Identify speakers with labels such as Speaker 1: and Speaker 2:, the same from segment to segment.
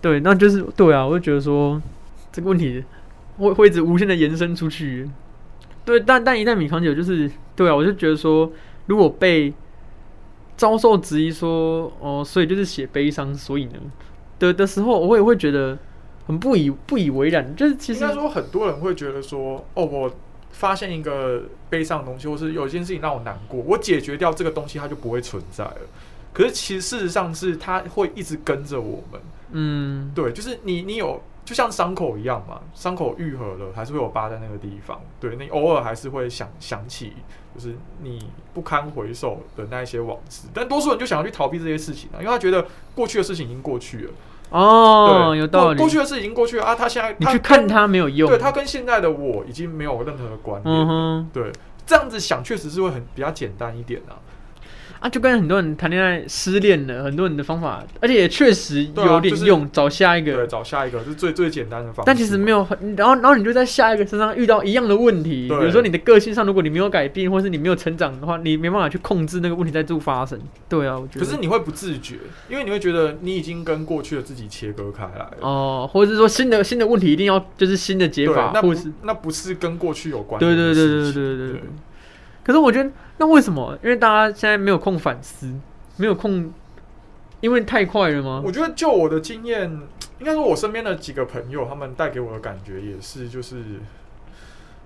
Speaker 1: 对，那就是对啊，我就觉得说这个问题会会一直无限的延伸出去。对，但但一旦米康姐就是对啊，我就觉得说，如果被遭受质疑说哦，所以就是写悲伤，所以呢的的时候，我也会觉得很不以不以为然。就是其
Speaker 2: 应
Speaker 1: 实
Speaker 2: 该说很多人会觉得说，哦，我发现一个悲伤的东西，或是有一件事情让我难过，我解决掉这个东西，它就不会存在了。可是其实事实上是它会一直跟着我们，
Speaker 1: 嗯，
Speaker 2: 对，就是你你有就像伤口一样嘛，伤口愈合了还是会有疤在那个地方，对你偶尔还是会想想起，就是你不堪回首的那一些往事，但多数人就想要去逃避这些事情啊，因为他觉得过去的事情已经过去了，
Speaker 1: 哦，
Speaker 2: 对，
Speaker 1: 有道理。
Speaker 2: 过过去的事已经过去了啊，他现在
Speaker 1: 你
Speaker 2: 他
Speaker 1: 去看它没有用，
Speaker 2: 对他跟现在的我已经没有任何的关联。
Speaker 1: 嗯哼
Speaker 2: 对，这样子想确实是会很比较简单一点啊。
Speaker 1: 啊，就跟很多人谈恋爱失恋了，很多人的方法，而且也确实
Speaker 2: 对啊
Speaker 1: 有点
Speaker 2: 就是
Speaker 1: 用，找下一个。
Speaker 2: 对，找下一个是最最简单的方式。
Speaker 1: 但其实没有很，然后然后你就在下一个身上遇到一样的问题，比
Speaker 2: 对
Speaker 1: 如说你的个性上，如果你没有改变，或是你没有成长的话，你没办法去控制那个问题再度发生。对啊，我觉
Speaker 2: 可
Speaker 1: 得。
Speaker 2: 是你会不自觉，因为你会觉得你已经跟过去的自己切割开来了。
Speaker 1: 哦，或者是说新的新的问题一定要就是新的解
Speaker 2: 对，
Speaker 1: 法，
Speaker 2: 那
Speaker 1: 或
Speaker 2: 不
Speaker 1: 者是
Speaker 2: 那不是跟过去有关
Speaker 1: 对
Speaker 2: 联
Speaker 1: 对
Speaker 2: 的
Speaker 1: 对对
Speaker 2: 事
Speaker 1: 对
Speaker 2: 情。
Speaker 1: 对对。可是我觉得那为什么？因为大家现在没有空反思，没有空，因为太快了吗？
Speaker 2: 我觉得就我的经验，应该说我身边的几个朋友，他们带给我的感觉也是，就是，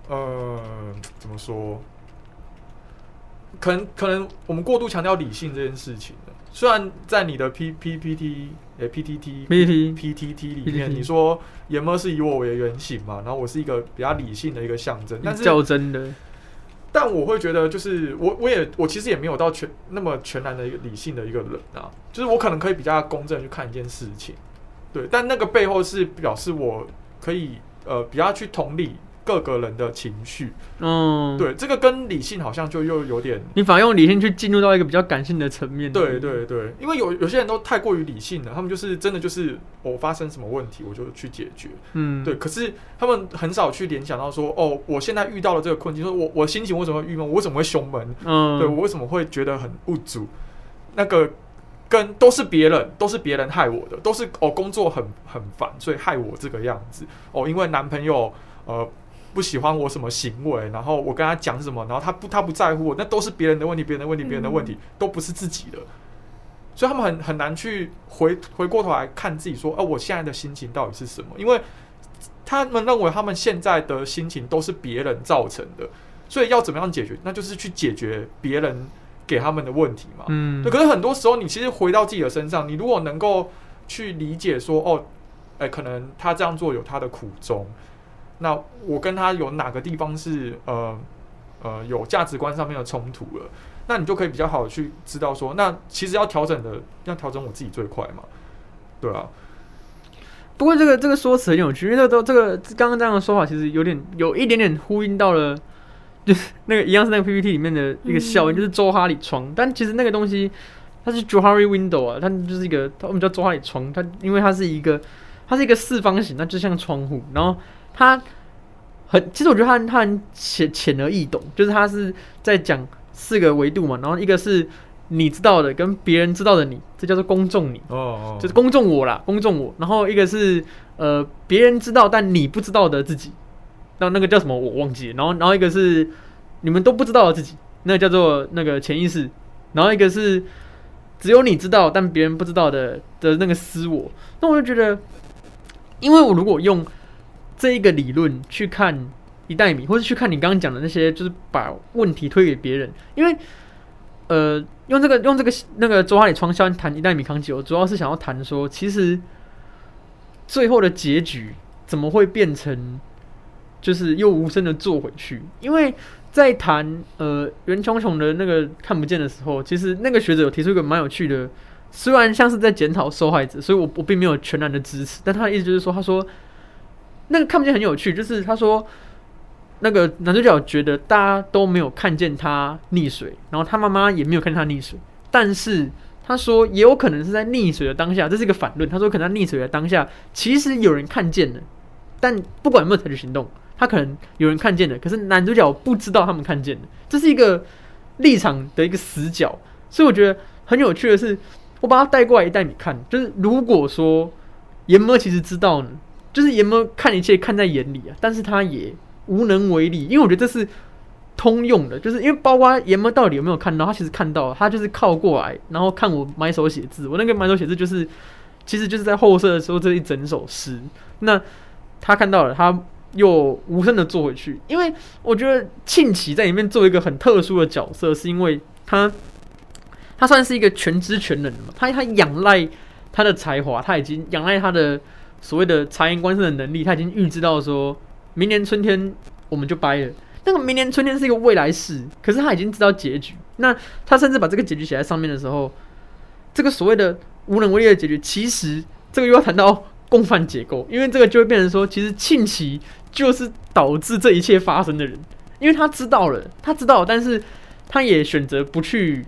Speaker 2: 呃，怎么说？可能可能我们过度强调理性这件事情了。虽然在你的 P P P T 诶 P T T
Speaker 1: PPT
Speaker 2: P T T 里面，
Speaker 1: PTT
Speaker 2: 你说严么是以我为原型嘛，然后我是一个比较理性的一个象征，但是
Speaker 1: 较真的，
Speaker 2: 但我会觉得，就是我我也我其实也没有到全那么全然的一个理性的一个人啊，就是我可能可以比较公正地去看一件事情，对，但那个背后是表示我可以呃比较去同理各个人的情绪，
Speaker 1: 嗯，，
Speaker 2: 对，这个跟理性好像就又有点。
Speaker 1: 你反而用理性去进入到一个比较感性的层面。
Speaker 2: 对对对，因为有有些人都太过于理性了，他们就是真的就是我发生什么问题我就去解决，
Speaker 1: 嗯，
Speaker 2: 对，可是他们很少去联想到说，哦，我现在遇到了这个困境，说我我心情为什么会郁闷，我为什么会胸闷，
Speaker 1: 嗯，
Speaker 2: 对我为什么会觉得很不足？那个跟都是别人，都是别人害我的，都是哦工作很很烦，所以害我这个样子哦，因为男朋友呃不喜欢我什么行为，然后我跟他讲什么，然后他不他不在乎我，那都是别人的问题，别人的问题，别人的问题，都不是自己的。所以他们很很难去回回过头来看自己说，哦、我现在的心情到底是什么？因为他们认为他们现在的心情都是别人造成的，所以要怎么样解决？那就是去解决别人给他们的问题嘛。
Speaker 1: 嗯，
Speaker 2: 对，可是很多时候，你其实回到自己的身上，你如果能够去理解说，哦，哎、可能他这样做有他的苦衷，那我跟他有哪个地方是呃呃有价值观上面的冲突了，那你就可以比较好地去知道说，那其实要调整的，要调整我自己最快嘛，对啊，
Speaker 1: 不过这个这个说辞很有趣，因为这个都这个刚刚这样的说法，其实有点有一点点呼应到了，就是那个一样是那个 PPT 里面的一个效应，就是周哈里窗。但其实那个东西它是 Johari window 啊，它就是一个它我们叫周哈里窗，它因为它是一个它是一个四方形，那就像窗户，然后它很其实我觉得它很它很浅浅而易懂，就是它是在讲四个维度嘛，然后一个是你知道的跟别人知道的你，这叫做公众你。
Speaker 2: 哦哦
Speaker 1: 就是公众我啦，公众我。然后一个是呃别人知道但你不知道的自己，那那个叫什么我忘记了。然后然后一个是你们都不知道的自己，那个叫做那个潜意识。然后一个是只有你知道但别人不知道的的那个私我。那我就觉得，因为我如果用这一个理论去看一代米，或者去看你刚刚讲的那些，就是把问题推给别人，因为呃，用这个用这个那个周哈里窗效应谈一代米康吉，我主要是想要谈说，其实最后的结局怎么会变成就是又无声的坐回去？因为在谈呃袁琼琼的那个看不见的时候，其实那个学者有提出一个蛮有趣的，虽然像是在检讨受害者，所以我我并没有全然的支持，但他的意思就是说，他说那个看不见很有趣，就是他说。那个男主角觉得大家都没有看见他溺水，然后他妈妈也没有看见他溺水，但是他说也有可能是在溺水的当下，这是一个反论。他说可能在溺水的当下，其实有人看见了，但不管有没有采取行动，他可能有人看见了，可是男主角不知道他们看见了，这是一个立场的一个死角。所以我觉得很有趣的是，我把它带过来一带你看，就是如果说严摸其实知道呢，就是严摸看一切看在眼里啊，但是他也无能为力，因为我觉得这是通用的，就是因为包括严摸到底有没有看到，他其实看到了，他就是靠过来，然后看我埋手写字，我那个埋手写字就是，其实就是在后射的时候这一整首诗，那他看到了，他又无声的坐回去，因为我觉得庆奇在里面做一个很特殊的角色，是因为他他算是一个全知全能的嘛，他他仰赖他的才华，他已经仰赖他的所谓的察言观色的能力，他已经预知到说明年春天我们就掰了。那个明年春天是一个未来式，可是他已经知道结局。那他甚至把这个结局写在上面的时候，这个所谓的无能为力的结局，其实这个又要谈到共犯结构，因为这个就会变成说，其实庆奇就是导致这一切发生的人，因为他知道了，他知道，但是他也选择不去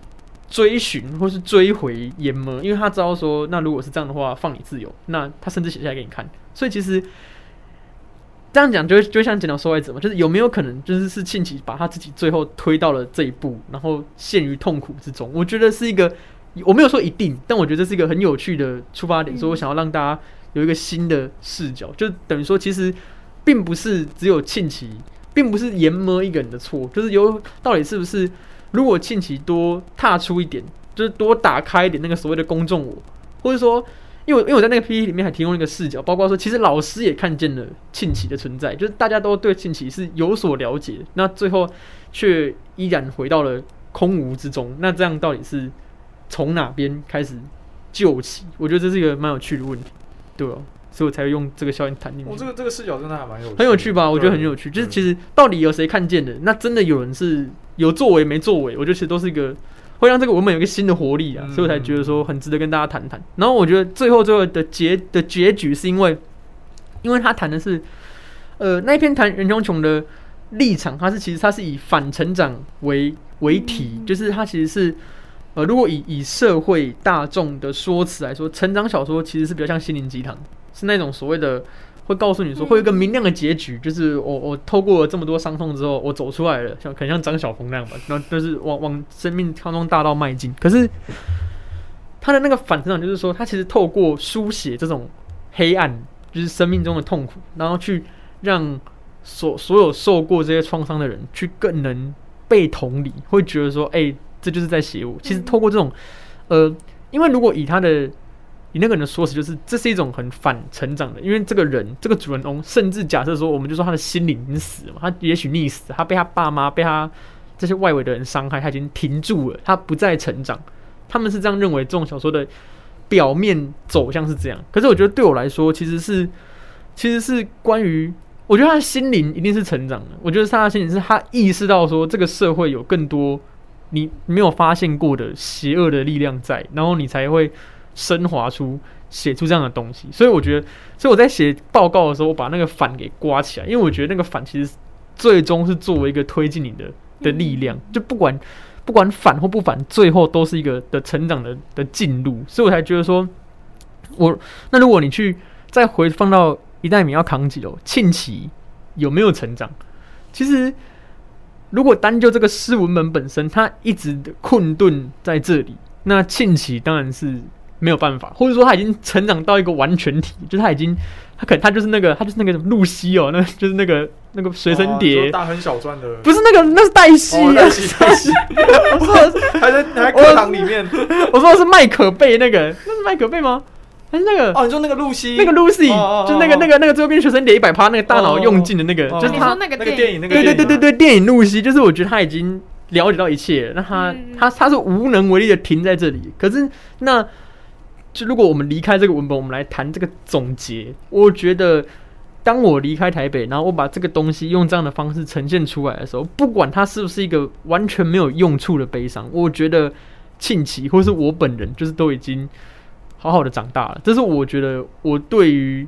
Speaker 1: 追寻或是追回炎魔，因为他知道说，那如果是这样的话，放你自由。那他甚至写下来给你看，所以其实这样讲就会就会像检讨受害者嘛，哎就是有没有可能就是是庆奇把他自己最后推到了这一步，然后陷于痛苦之中？我觉得是一个，我没有说一定，但我觉得这是一个很有趣的出发点，所以我想要让大家有一个新的视角，就等于说其实并不是只有庆奇，并不是研磨一个人的错，就是有到底是不是？如果庆奇多踏出一点，就是多打开一点那个所谓的公众我，或者说，因为我因为我在那个 PPT 里面还提供了一个视角，包括说，其实老师也看见了庆奇的存在，就是大家都对庆奇是有所了解，那最后却依然回到了空无之中，那这样到底是从哪边开始救起？我觉得这是一个蛮有趣的问题，对哦，所以我才会用这个效应谈进去。
Speaker 2: 哦我、这个这个视角真的还蛮有趣的啊
Speaker 1: 很有趣吧？我觉得很有趣，就是其实到底有谁看见的？那真的有人是有作为没作为？我觉得其实都是一个会让这个文本有一个新的活力啊，
Speaker 2: 嗯
Speaker 1: 所以我才觉得说很值得跟大家谈谈。然后我觉得最后最后的结的结局是因为，因为他谈的是，呃，那一篇谈袁琼琼的立场，他是其实他是以反成长为为题，
Speaker 2: 嗯
Speaker 1: 就是他其实是。呃，如果以以社会大众的说辞来说，成长小说其实是比较像心灵鸡汤，是那种所谓的会告诉你说，
Speaker 3: 嗯
Speaker 1: 会有一个明亮的结局，就是我我透过了这么多伤痛之后，我走出来了，像可能像张晓峰那样吧，然后就是往往生命康庄大道迈进。可是他的那个反成长，就是说他其实透过书写这种黑暗，就是生命中的痛苦，然后去让所所有受过这些创伤的人，去更能被同理，会觉得说，哎、这就是在写我。其实透过这种，呃，因为如果以他的以那个人的说辞，就是这是一种很反成长的，因为这个人这个主人翁，甚至假设说，我们就说他的心灵已经死了嘛，他也许溺死，啊他被他爸妈被他这些外围的人伤害，他已经停住了，他不再成长。他们是这样认为，这种小说的表面走向是这样。可是我觉得对我来说，其实是其实是关于，我觉得他的心灵一定是成长的。我觉得他的心灵是他意识到说，这个社会有更多你没有发现过的邪恶的力量在，然后你才会升华出写出这样的东西。所以我觉得，所以我在写报告的时候，我把那个反给刮起来，因为我觉得那个反其实最终是作为一个推进你的的力量，就不管不管反或不反，最后都是一个的成长的的进入。所以我才觉得说，我那如果你去再回放到一代米要扛几楼，庆奇有没有成长？其实如果单就这个诗文本本身，它一直的困顿在这里，那庆奇当然是没有办法，或者说他已经成长到一个完全体，就是他已经他可他就是那个他就是那个什么露西哦，那就是那个那个随身
Speaker 2: 哦就
Speaker 1: 碟
Speaker 2: 是。大亨小传的，
Speaker 1: 不是那个，那是黛西
Speaker 2: 哦
Speaker 1: 啊！
Speaker 2: 黛西黛西
Speaker 1: 我说的是
Speaker 2: 还在还在课堂里面。
Speaker 1: 我说的是麦可贝那个，那是麦可贝吗？还是那个、
Speaker 2: 哦，你说那个露西，
Speaker 1: 那个 Lucy，、
Speaker 2: 哦哦哦
Speaker 1: 就那个那个那个最后变学生点一百趴那个大脑
Speaker 2: 哦
Speaker 1: 用尽的那个，
Speaker 2: 哦
Speaker 1: 就是
Speaker 3: 你
Speaker 1: 他
Speaker 3: 说，那个
Speaker 2: 那个
Speaker 3: 电
Speaker 2: 电影那个
Speaker 1: 对对对对
Speaker 2: 电影啊
Speaker 1: 对，电影露西，就是我觉得他已经了解到一切了，那他、
Speaker 3: 嗯
Speaker 1: 他他是无能为力的停在这里。可是那就如果我们离开这个文本，我们来谈这个总结，我觉得。当我离开台北，然后我把这个东西用这样的方式呈现出来的时候，不管它是不是一个完全没有用处的悲伤，我觉得庆奇或是我本人，就是都已经好好的长大了。这是我觉得我对于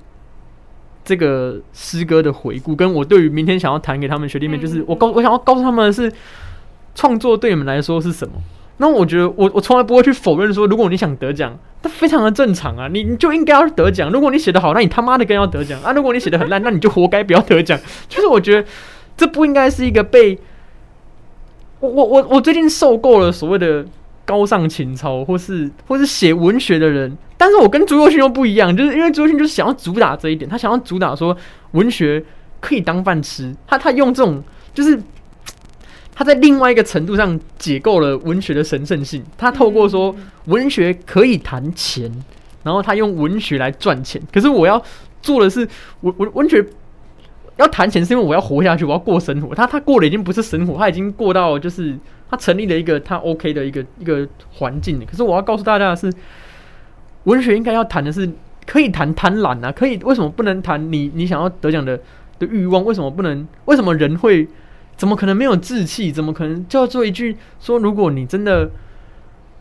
Speaker 1: 这个诗歌的回顾，跟我对于明天想要谈给他们学弟妹，
Speaker 3: 嗯
Speaker 1: 就是我告我想要告诉他们的是，创作对你们来说是什么。那我觉得我我从来不会去否认说，如果你想得奖，那非常的正常啊，你你就应该要得奖。如果你写得好，那你他妈的更要得奖啊！如果你写得很烂，那你就活该不要得奖。就是我觉得这不应该是一个被我我我我最近受够了所谓的高尚情操，或是或是写文学的人。但是我跟朱佑勋又不一样，就是因为朱佑勋就是想要主打这一点，他想要主打说文学可以当饭吃，他他用这种就是他在另外一个程度上解构了文学的神圣性，他透过说文学可以谈钱，然后他用文学来赚钱。可是我要做的是文文文学要谈钱，是因为我要活下去，我要过生活。他他过的已经不是生活，他已经过到就是他成立了一个他 OK 的一个一个环境了。可是我要告诉大家的是，文学应该要谈的是可以谈贪婪啊，可以为什么不能谈你你想要得奖的的欲望？为什么不能？为什么人会？怎么可能没有志气？怎么可能叫做一句说，如果你真的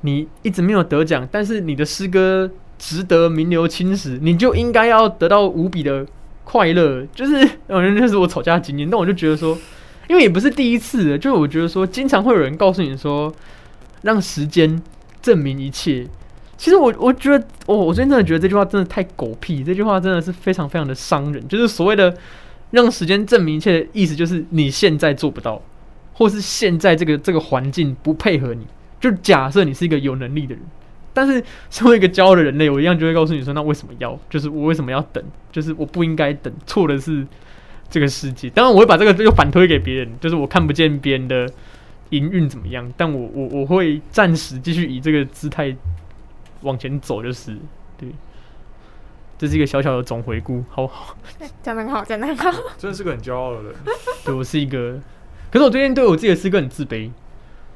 Speaker 1: 你一直没有得奖，但是你的诗歌值得名留青史，你就应该要得到无比的快乐。就是，嗯，那是我吵架的经验。但我就觉得说，因为也不是第一次了，就是我觉得说，经常会有人告诉你说，让时间证明一切。其实我我觉得，我我最近真的觉得这句话真的太狗屁，这句话真的是非常非常的伤人。就是所谓的让时间证明一切的意思，就是你现在做不到，或是现在这个这个环境不配合你。就假设你是一个有能力的人，但是身为一个骄傲的人类，我一样就会告诉你说，那为什么要？就是我为什么要等？就是我不应该等，错的是这个世界。当然，我会把这个就反推给别人，就是我看不见别人的营运怎么样，但我我我会暂时继续以这个姿态往前走，就是对。这是一个小小的总回顾，好好，
Speaker 3: 讲得很好，讲得很
Speaker 1: 哦
Speaker 3: 好。
Speaker 2: 真的是个很骄傲的人。
Speaker 1: 对我是一个，可是我最近对我自己的诗歌很自卑，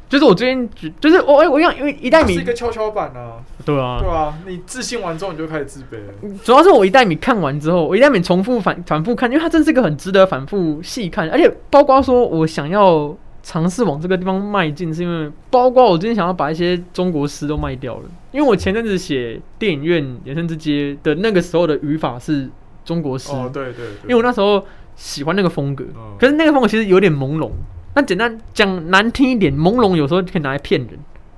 Speaker 1: 就是我最近觉就是我哎，我想因为一代
Speaker 2: 他
Speaker 1: 米
Speaker 2: 是一个跷跷板啊，
Speaker 1: 对啊
Speaker 2: 对啊，你自信完之后你就开始自卑了。
Speaker 1: 主要是我一代米看完之后，我一代米重复反反复看，因为它真是一个很值得反复细看，而且包括说我想要尝试往这个地方迈进，是因为包括我最近想要把一些中国诗都卖掉了，因为我前阵子写电影院《人生之街》的那个时候的语法是中国诗，
Speaker 2: 哦，对对对，
Speaker 1: 因为我那时候喜欢那个风格，
Speaker 2: 嗯
Speaker 1: 可是那个风格其实有点朦胧。那简单讲难听一点，朦胧有时候可以拿来骗人，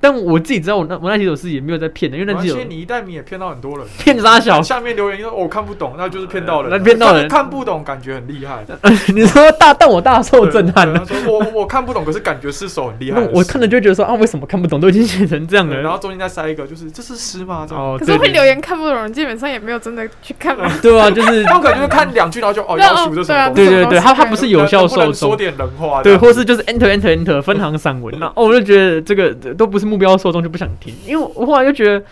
Speaker 1: 但我自己知道我那我那几首诗也没有在骗人，因为那
Speaker 2: 而
Speaker 1: 几首
Speaker 2: 且你一代米也骗到很多人。
Speaker 1: 骗啥小
Speaker 2: 下面留言说、哦、我看不懂，那就是骗到人，
Speaker 1: 那骗到人
Speaker 2: 但看不懂感觉很厉害，
Speaker 1: 你说大，但我大受震撼
Speaker 2: 对
Speaker 1: 了。
Speaker 2: 对他说我我看不懂，可是感觉是首很厉害
Speaker 1: 那
Speaker 2: 的诗。
Speaker 1: 我看了就觉得说啊，为什么看不懂？都已经写成这样
Speaker 2: 对然后
Speaker 1: 了。
Speaker 2: 中间再塞一个，就是这是诗吗？这样。
Speaker 1: 哦，
Speaker 3: 可是
Speaker 1: 对
Speaker 3: 会留言看不懂，基本上也没有真的去看嘛。
Speaker 1: 对啊， 就是
Speaker 2: 他们可能就是看两句，然后就哦，
Speaker 3: 对啊
Speaker 2: 要求这什么东西？
Speaker 1: 对对对，他他
Speaker 3: 对
Speaker 1: 不是有效
Speaker 2: 能不能
Speaker 1: 受
Speaker 2: 说
Speaker 1: 众，
Speaker 2: 点人话这
Speaker 1: 对，
Speaker 2: 样。
Speaker 1: 或是就是 enter enter enter 分行散文。那哦，我就觉得这个这都不是目标受众，就不想听。因为我后来就觉得，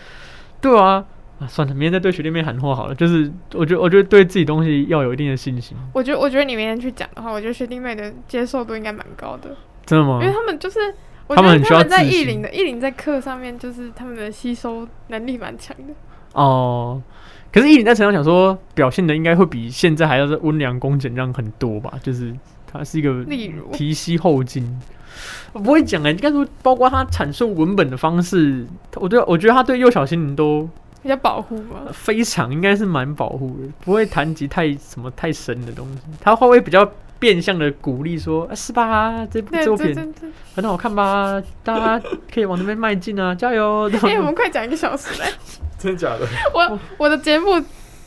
Speaker 1: 对啊，啊算了，明天再对学弟妹喊话好了。就是我觉得我觉得对自己东西要有一定的信心，
Speaker 3: 我觉得，我觉得你明天去讲的话，我觉得学弟妹的接受度应该蛮高的，
Speaker 1: 真的吗
Speaker 3: 因为？他们就是，
Speaker 1: 嗯
Speaker 3: 我
Speaker 1: 他们
Speaker 3: 觉得
Speaker 1: 很需
Speaker 3: 他
Speaker 1: 要
Speaker 3: 们在
Speaker 1: 自
Speaker 3: 艺
Speaker 1: 信
Speaker 3: 林的艺林在课上面，就是他们的吸收能力蛮强的。
Speaker 1: 哦。可是，一林在成长想说，表现的应该会比现在还要是温良恭俭让很多吧？就是他是一个
Speaker 3: 例如，
Speaker 1: 提膝后 进。我不会讲哎、应该说包括他阐述文本的方式，我对我觉得他对幼小心灵都呃
Speaker 3: 比较保护嘛，
Speaker 1: 非常应该是蛮保护的，不会谈及太什么太深的东西。他会不会比较变相的鼓励说，啊、是吧？这部
Speaker 3: 对
Speaker 1: 作
Speaker 3: 对对
Speaker 1: 品
Speaker 3: 对。
Speaker 1: 很好看吧？大家可以往那边迈进啊，加 油！这
Speaker 3: 哎、我
Speaker 1: 种
Speaker 3: 们快讲一个小时嘞！
Speaker 2: 真的假的？
Speaker 3: 我我的节目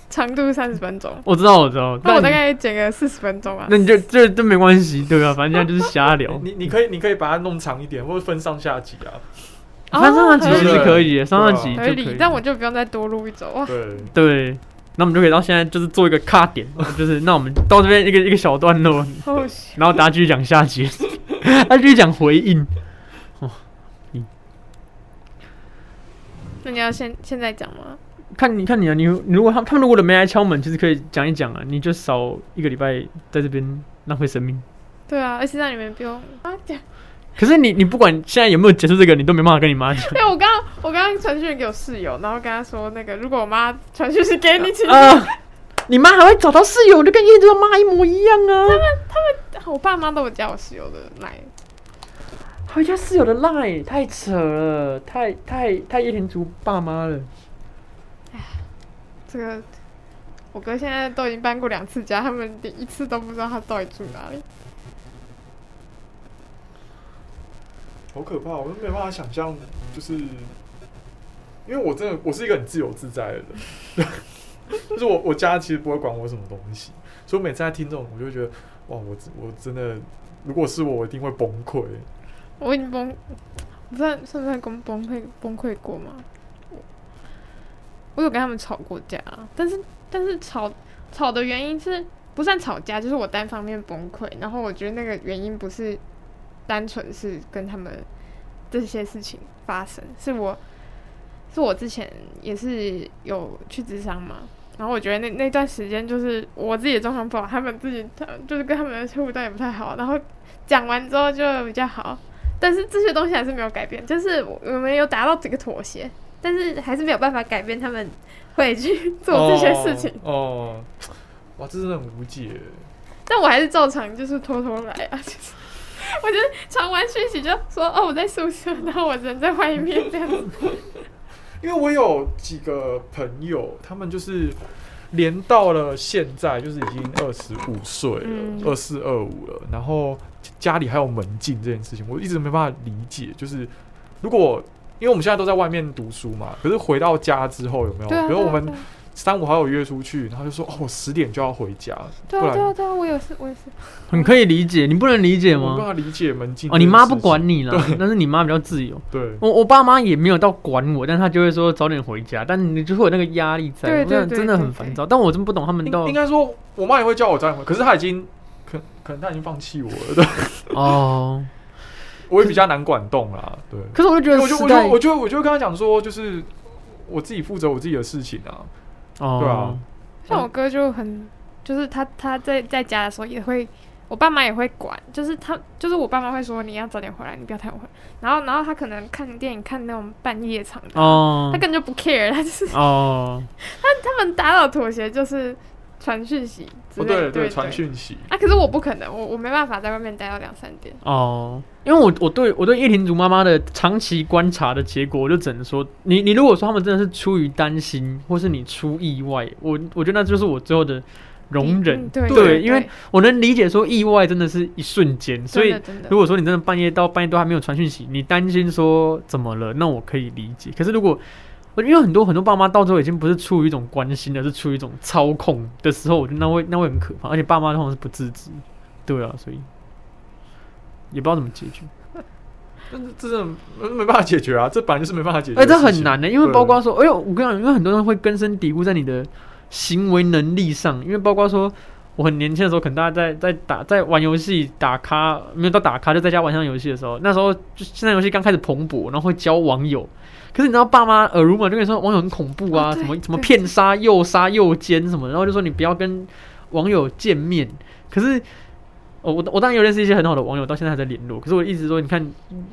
Speaker 3: 长度三十分钟，
Speaker 1: 我知道，我知道。
Speaker 3: 那我
Speaker 1: 你
Speaker 3: 大概剪个四十分钟啊。
Speaker 1: 那你就这这没关系，对吧、反正现在就是瞎聊。
Speaker 2: 你你可以你可以把它弄长一点，或者分上下集啊。
Speaker 3: 哦
Speaker 1: 反正上上集
Speaker 3: 合
Speaker 1: 其
Speaker 3: 理
Speaker 1: 实可以，上上集就
Speaker 3: 合
Speaker 1: 可
Speaker 3: 理
Speaker 1: 以，。
Speaker 3: 但我就不用再多录一周啊。
Speaker 2: 对，
Speaker 1: 对，那我们就可以到现在就是做一个卡点， 就是那我们到这边一个一个小段落，
Speaker 3: 后续
Speaker 1: 然后大家继续讲下集， 大家继续讲回应。
Speaker 3: 那你要现现在讲吗？
Speaker 1: 看你看你啊，你你如果他他们如果没来敲门，其实可以讲一讲啊，你就少一个礼拜在这边浪费生命。
Speaker 3: 对啊，而且让你们不用 啊讲。
Speaker 1: 可是你你不管现在有没有结束这个，你都没办法跟你 妈讲
Speaker 3: 对，我刚刚我刚刚传讯给我室友，然后跟他说那个，如果我妈传讯息给 你，请
Speaker 1: 啊、你妈还会找到室友，就跟燕子妈一模一样啊。
Speaker 3: 我爸妈都有加我室友的来。
Speaker 1: 回家室友的 line 太扯了，太太太叶田竹爸妈了。
Speaker 3: 这个我哥现在都已经搬过两次家，他们连一次都不知道他到底住哪里。
Speaker 2: 好可怕，我都没办法想象，就是因为我真的我是一个很自由自在的人， 就是我我家其实不会管我什么东西，所以我每次在听这种，我就觉得哇，我真我真的如果是我，我一定会崩溃。
Speaker 3: 我已经崩，你算算不算崩崩溃崩溃过吗？我我有跟他们吵过架啊，但是但是吵吵的原因是不算吵架，就是我单方面崩溃。然后我觉得那个原因不是单纯是跟他们这些事情发生，是我是我之前也是有去智商嘛。然后我觉得那那段时间就是我自己的状况不好，他们自己他就是跟他们的互动也不太好，然后讲完之后就比较好，但是这些东西还是没有改变，就是我我们有达到这个妥协，但是还是没有办法改变他们会去做这些事情。
Speaker 2: 哦。哦哇，这真的很无解。
Speaker 3: 但我还是照常就是偷偷来啊， 就是我就是传完讯息就说哦我在宿舍， 然后我人在外面这样 子。
Speaker 2: 因为我有几个朋友，他们就是连到了现在，就是已经二十五岁
Speaker 3: 嗯
Speaker 2: 了，二四二五了，然后家里还有门禁这件事情，我一直没办法理解。就是如果因为我们现在都在外面读书嘛，可是回到家之后有没有？
Speaker 3: 对啊，
Speaker 2: 比如
Speaker 3: 对啊
Speaker 2: 我们
Speaker 3: 对啊
Speaker 2: 三五好友约出去，然后就说哦，我十点就要回家，
Speaker 3: 对
Speaker 2: 不
Speaker 3: 啊对啊
Speaker 2: 然
Speaker 3: 对啊，我也是我也是，
Speaker 1: 很可以理解，你不能理解
Speaker 2: 我没办
Speaker 1: 吗？
Speaker 2: 法理解门禁。
Speaker 1: 哦，你妈不，管你了，但是你妈比较自由。
Speaker 2: 对，
Speaker 1: 我我爸妈也没有到管我，但他就会说早点回家，但你就会有那个压力在，
Speaker 3: 对对
Speaker 1: 我想
Speaker 3: 对
Speaker 1: 真的
Speaker 3: 对
Speaker 1: 很
Speaker 3: 对
Speaker 1: 烦躁。但我真不懂他们
Speaker 2: 应
Speaker 1: 到
Speaker 2: 应该说我妈也会叫我早点回，可是她已经可可能她已经放弃我了，对，
Speaker 1: 哦，
Speaker 2: 我也比较难管动啦，对。
Speaker 1: 可是我就觉
Speaker 2: 因
Speaker 1: 得
Speaker 2: 为我就
Speaker 1: 时
Speaker 2: 我
Speaker 1: 代
Speaker 2: 就我就我就跟他讲说，就是我自己负责我自己的事情啊。对
Speaker 1: 哦
Speaker 2: 啊，
Speaker 3: 像我哥就很，就是他他在在家的时候也会，我爸妈也会管，就是他就是我爸妈会说你要早点回来，你不要太晚回来。然后然后他可能看电影看那种半夜场
Speaker 2: 啊
Speaker 3: 的，
Speaker 1: 哦
Speaker 3: 他根本就不 care，他就是
Speaker 1: 哦，
Speaker 3: 他们打扰妥协就是传讯息之
Speaker 2: 哦，
Speaker 3: 类的，
Speaker 2: 对
Speaker 3: 对
Speaker 2: 对，传。讯息。
Speaker 3: 啊，可是我不可能，我我没办法在外面待到两三点。
Speaker 1: 哦，因为我我对我对叶婷竹妈妈的长期观察的结果，我就只能说，你你如果说他们真的是出于担心，或是你出意外，我我觉得那就是我最后的容忍。
Speaker 3: 嗯对
Speaker 1: 对，因为我能理解说意外真的是一瞬间，所以
Speaker 3: 真的真的
Speaker 1: 如果说你真的半夜到半夜都还没有传讯息，你担心说怎么了，那我可以理解。可是如果我因为很多很多爸妈到最后已经不是出于一种关心，而是出于一种操控的时候，我觉得那会那会很可怕，而且爸妈通常是不自知，对啊，所以也不知道怎么解决。
Speaker 2: 但是这真的没办法解决啊，这本来就是没办法解决。
Speaker 1: 哎、这很难的、因为包括
Speaker 2: 对
Speaker 1: 说，哎呦，我跟你讲，因为很多人会根深蒂固在你的行为能力上，因为包括说，我很年轻的时候，可能大家在在打在玩游戏打咖，没有到打咖，就在家玩线上游戏的时候，那时候就线上游戏刚开始蓬勃，然后会教网友。可是你知道爸妈耳濡目染，就跟你说网友很恐怖啊，
Speaker 3: 哦对
Speaker 1: 什么什么
Speaker 3: 对
Speaker 1: 骗杀、诱杀、诱奸什么，然后就说你不要跟网友见面。可是，哦、我我当然有认识一些很好的网友，到现在还在联络。可是我一直说，你看，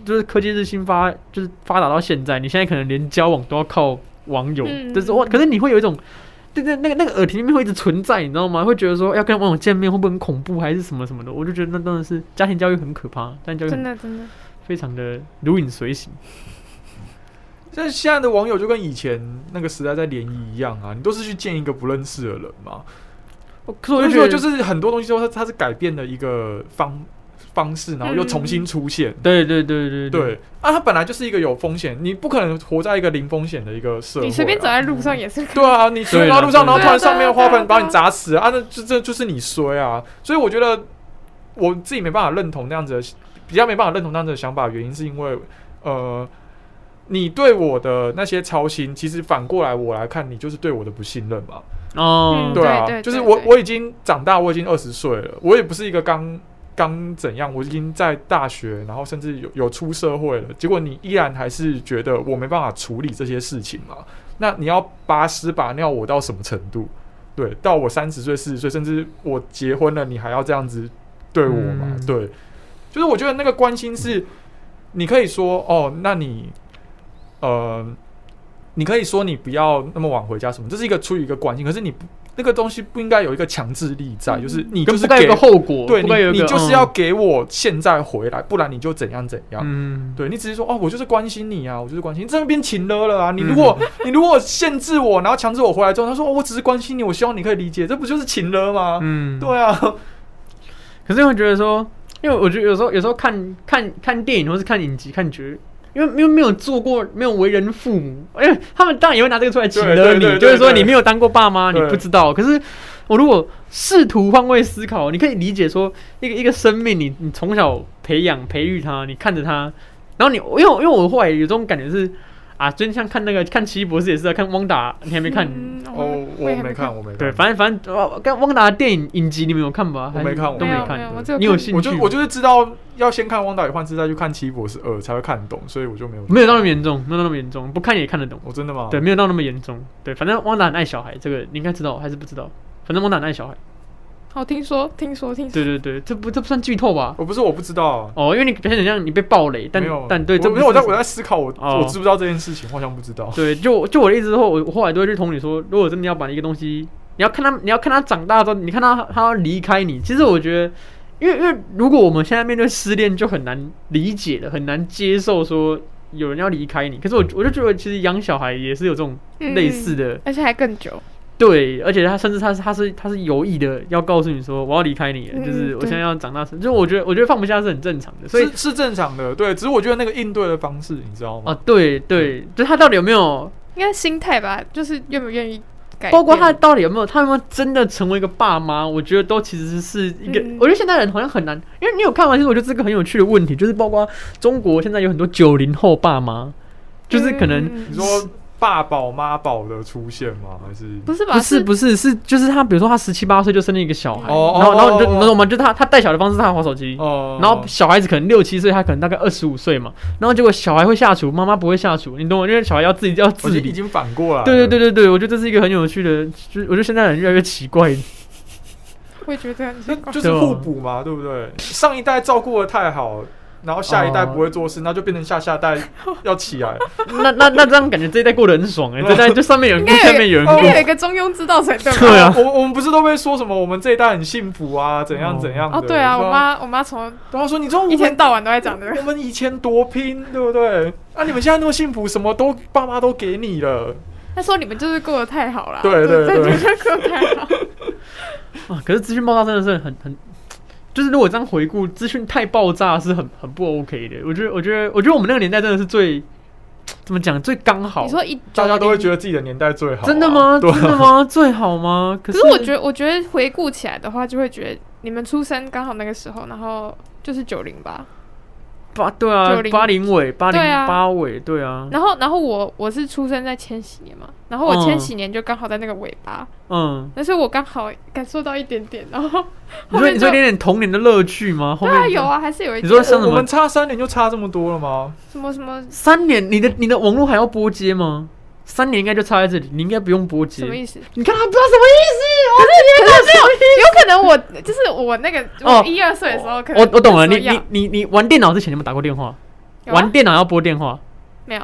Speaker 1: 就是科技日新发，就是发达到现在，你现在可能连交往都要靠网友，
Speaker 3: 嗯
Speaker 1: 就是哇，可是你会有一种。对对，那个那个耳提里面会一直存在，你知道吗？会觉得说要跟网友见面会不会很恐怖，还是什么什么的？我就觉得那真的是家庭教育很可怕，家庭教育
Speaker 3: 真
Speaker 1: 很
Speaker 3: 的真的
Speaker 1: 非常的如影随形。
Speaker 2: 但现在的网友就跟以前那个时代在联谊一样啊，你都是去见一个不认识的人嘛。
Speaker 1: 我可是
Speaker 2: 我
Speaker 1: 我就
Speaker 2: 就觉
Speaker 1: 觉得
Speaker 2: 得就是很多东西都它它是改变了一个方方式，然后又重新出现。
Speaker 1: 对对对对
Speaker 2: 对啊，它本来就是一个有风险，你不可能活在一个零风险的一个社会啊。
Speaker 3: 你随便走在路上也是可以
Speaker 2: 对啊，你
Speaker 1: 对
Speaker 2: 摔
Speaker 1: 啦
Speaker 2: 到路上，
Speaker 1: 对啦
Speaker 2: 然后突然上面的花
Speaker 3: 对啊对啊
Speaker 2: 盆把你砸死啊，那这这就是你摔啊。所以我觉得我自己没办法认同那样子的，比较没办法认同那样子的想法，原因是因为呃，你对我的那些操心，其实反过来我来看，你就是对我的不信任嘛。
Speaker 1: 哦
Speaker 3: 嗯，
Speaker 2: 对啊，
Speaker 3: 对对
Speaker 2: 就是
Speaker 3: 对
Speaker 2: 我
Speaker 3: 对
Speaker 2: 我已经长大，我已经二十岁了，我也不是一个刚刚怎样，我已经在大学，然后甚至有有出社会了，结果你依然还是觉得我没办法处理这些事情嘛？那你要拔屎拔尿我到什么程度？对，到我三十岁、四十岁，甚至我结婚了，你还要这样子对我嘛？
Speaker 1: 嗯
Speaker 2: 对，就是我觉得那个关心是，你可以说哦，那你呃，你可以说你不要那么晚回家什么，这是一个出于一个关心，可是你不那个东西不应该有一个强制力在，
Speaker 3: 嗯
Speaker 2: 就是你就
Speaker 1: 跟
Speaker 2: 是
Speaker 1: 不该有
Speaker 2: 给
Speaker 1: 一个后果，
Speaker 2: 对
Speaker 1: 不该有
Speaker 2: 你
Speaker 1: 一
Speaker 2: 你
Speaker 1: 个嗯
Speaker 2: 就是要给我现在回来，不然你就怎样怎样。
Speaker 1: 嗯，
Speaker 2: 对你只是说哦，我就是关心你啊，我就是关心你，这边情了了啊！你如果、
Speaker 1: 嗯
Speaker 2: 你如果限制我，然后强制我回来之后，他说、哦、我只是关心你，我希望你可以理解，这不就是情了吗？
Speaker 1: 嗯，
Speaker 2: 对啊，
Speaker 1: 可是会觉得说，因为我觉得有时候有时候看看看电影或是看影集看觉得。因为因为没有做过，没有为人父母，因为他们当然也会拿这个出来请
Speaker 2: 对
Speaker 1: 了
Speaker 2: 对
Speaker 1: 你
Speaker 2: 对，对
Speaker 1: 就是说
Speaker 2: 对
Speaker 1: 你没有当过爸妈，你
Speaker 2: 对
Speaker 1: 不知道。可是我如果试图换位思考，你可以理解说，一个一个生命你，你从小培养培育他，你看着他然后你，因为我因为我后来有种感觉是啊，最近像看那个看奇异博士也是啊，看汪达，你还没看？
Speaker 3: 嗯
Speaker 2: 哦，我
Speaker 3: 我也还
Speaker 2: 没看，我没看，
Speaker 1: 对，反正反正呃，跟汪达的电影影集你们有看吧？
Speaker 2: 我没
Speaker 1: 还是
Speaker 2: 看我
Speaker 1: 都
Speaker 3: 没
Speaker 1: 没
Speaker 3: 有没有，
Speaker 1: 看。
Speaker 3: 我只有
Speaker 1: 你有
Speaker 3: 看
Speaker 1: 兴
Speaker 2: 我
Speaker 1: 趣
Speaker 2: 就
Speaker 1: 吗？
Speaker 2: 我就是知道要先看《汪达与幻视》，再去看《奇异博士二》才会看懂，所以我就没有
Speaker 1: 没有到那么严重，没有到那么严重，不看也看得懂。
Speaker 2: 我真的吗？
Speaker 1: 对，，没有到那么严重。对，反正汪达很爱小孩，这个你应该知道还是不知道？反正汪达很爱小孩。
Speaker 3: 好哦听说听说听说
Speaker 1: 对，对对，这不这不算剧透吧？
Speaker 2: 我不是我不知道，
Speaker 1: 哦，因为你表现得像你被暴雷，但
Speaker 2: 没有，
Speaker 1: 但对，
Speaker 2: 我
Speaker 1: 这不
Speaker 2: 没有我
Speaker 1: 是
Speaker 2: 在我在思考我
Speaker 1: 哦
Speaker 2: 我知不知道这件事情，我好像不知道。
Speaker 1: 对，就就我的意思是说，我我后来都会去同理说，如果真的要把一个东西，你要看他，你要看他长大之后，你看他他要离开你，其实我觉得，因为因为如果我们现在面对失恋，就很难理解了，很难接受说有人要离开你。可是
Speaker 2: 嗯
Speaker 1: 我我就觉得，其实养小孩也是有这种类似的，
Speaker 3: 而且还更久，
Speaker 1: 对，而且他甚至他是他是他是有意的要告诉你说我要离开你了，
Speaker 3: 嗯
Speaker 1: 就是我
Speaker 3: 对
Speaker 1: 现在要长大成，就是我觉得我觉得放不下是很正常的，所以
Speaker 2: 是是正常的，对，只是我觉得那个应对的方式，你知道
Speaker 1: 啊
Speaker 2: 吗？，
Speaker 1: 对对，就是他到底有没有
Speaker 3: 应该心态吧，就是愿不愿意
Speaker 2: 哎
Speaker 3: 改变，
Speaker 1: 包括他到底有没有，他有没有真的成为一个爸妈？我觉得都其实是一个，
Speaker 3: 嗯
Speaker 1: 我觉得现代人好像很难，因为你有看完，其实我觉得这个很有趣的问题，就是包括中国现在有很多九零后爸妈，就是可能、
Speaker 3: 嗯嗯嗯
Speaker 2: 你说爸宝妈宝的出现吗？还是
Speaker 3: 不是吧？
Speaker 1: 不是不是是就是他，比如说他十七八岁就生了一个小孩，
Speaker 2: 哦
Speaker 1: 然后然后你
Speaker 2: 哦
Speaker 1: 就
Speaker 2: 哦哦
Speaker 1: 你懂吗？就他他带小的方式，他划手机。
Speaker 2: 哦，
Speaker 1: 然后小孩子可能六七岁，他可能大概二十五岁嘛，然后结果小孩会下厨，妈妈不会下厨，你懂我？因为小孩要自己要
Speaker 2: 我
Speaker 1: 自
Speaker 2: 已
Speaker 1: 理，
Speaker 2: 经已经反过来了，
Speaker 1: 对对对对对，我觉得这是一个很有趣的，就是我觉得现在人越来越奇怪，
Speaker 3: 我也觉得很奇怪
Speaker 2: 那就是互补嘛，对不对？上一代照顾的太好，然后下一
Speaker 1: 哦
Speaker 2: 代不会做事，那就变成下下代要起来。
Speaker 1: 那那那这样感觉这一代过得很爽 哎、欸，这一代就上面有人过，
Speaker 3: 应该有
Speaker 1: 下面有人
Speaker 3: 应
Speaker 1: 过，
Speaker 3: 该有一个中庸之道才对 吧？
Speaker 1: 对啊
Speaker 2: 我我们不是都被说什么我们这一代很幸福啊，怎样怎样的？
Speaker 3: 哦，对啊，我
Speaker 2: 然后，
Speaker 3: 妈我妈从
Speaker 2: 然后说你知道我
Speaker 3: 一天
Speaker 2: 们
Speaker 3: 到晚都在讲这个，
Speaker 2: 我们以前多拼，对不对？啊，你们现在那么幸福，什么都爸妈都给你了，
Speaker 3: 她说你们就是过得太好了，
Speaker 2: 对对
Speaker 3: 对，
Speaker 2: 对
Speaker 3: 就是过得太好，
Speaker 1: 啊，可是资讯爆炸真的是很很，就是如果这样回顾，资讯太爆炸是很很不 OK 的。我觉得，我觉得，我觉得我们那个年代真的是最怎么讲最刚好
Speaker 3: 你。说一
Speaker 2: 大家都会觉
Speaker 3: 得。
Speaker 2: 得自己的年代最好啊、
Speaker 1: 真的吗？
Speaker 2: 对
Speaker 1: 真
Speaker 2: 啊
Speaker 1: 的吗？最好吗？可
Speaker 3: 可
Speaker 1: 是
Speaker 3: 是我觉得，我觉得回顾起来的话，就会觉得你们出生刚好那个时候，然后就是九零吧，
Speaker 1: 八对啊，
Speaker 3: 90
Speaker 1: 八零尾，八零
Speaker 3: 对啊
Speaker 1: 八尾，对啊，
Speaker 3: 然后，然后我我是出生在千禧年嘛，然后我
Speaker 1: 嗯
Speaker 3: 千禧年就刚好在那个尾巴，
Speaker 1: 嗯，
Speaker 3: 但是我刚好感受到一点点，然后
Speaker 1: 你说
Speaker 3: 后
Speaker 1: 你说
Speaker 3: 面就
Speaker 1: 有点点童年的乐趣吗？后
Speaker 3: 对
Speaker 1: 面
Speaker 3: 啊有啊，还是有一
Speaker 1: 你说
Speaker 3: 点
Speaker 1: 像什
Speaker 2: 我
Speaker 1: 么
Speaker 2: 们差三年就差这么多了吗？
Speaker 3: 什么什么
Speaker 1: 三年，你的你的网络还要拨接吗？三年应该就差在这里，你应该不用拨接
Speaker 3: 什。么意思？
Speaker 1: 你看他不知道什么意思，我
Speaker 3: 可是没有，有可能我 就是我那个
Speaker 1: 哦
Speaker 3: 我一二岁的时候，可能
Speaker 1: 我我懂了，
Speaker 3: 那
Speaker 1: 你
Speaker 3: 时候
Speaker 1: 你
Speaker 3: 要
Speaker 1: 你你玩电脑之前有没有打过电话？
Speaker 3: 有啊
Speaker 1: 玩电脑要拨电话，
Speaker 3: 没有？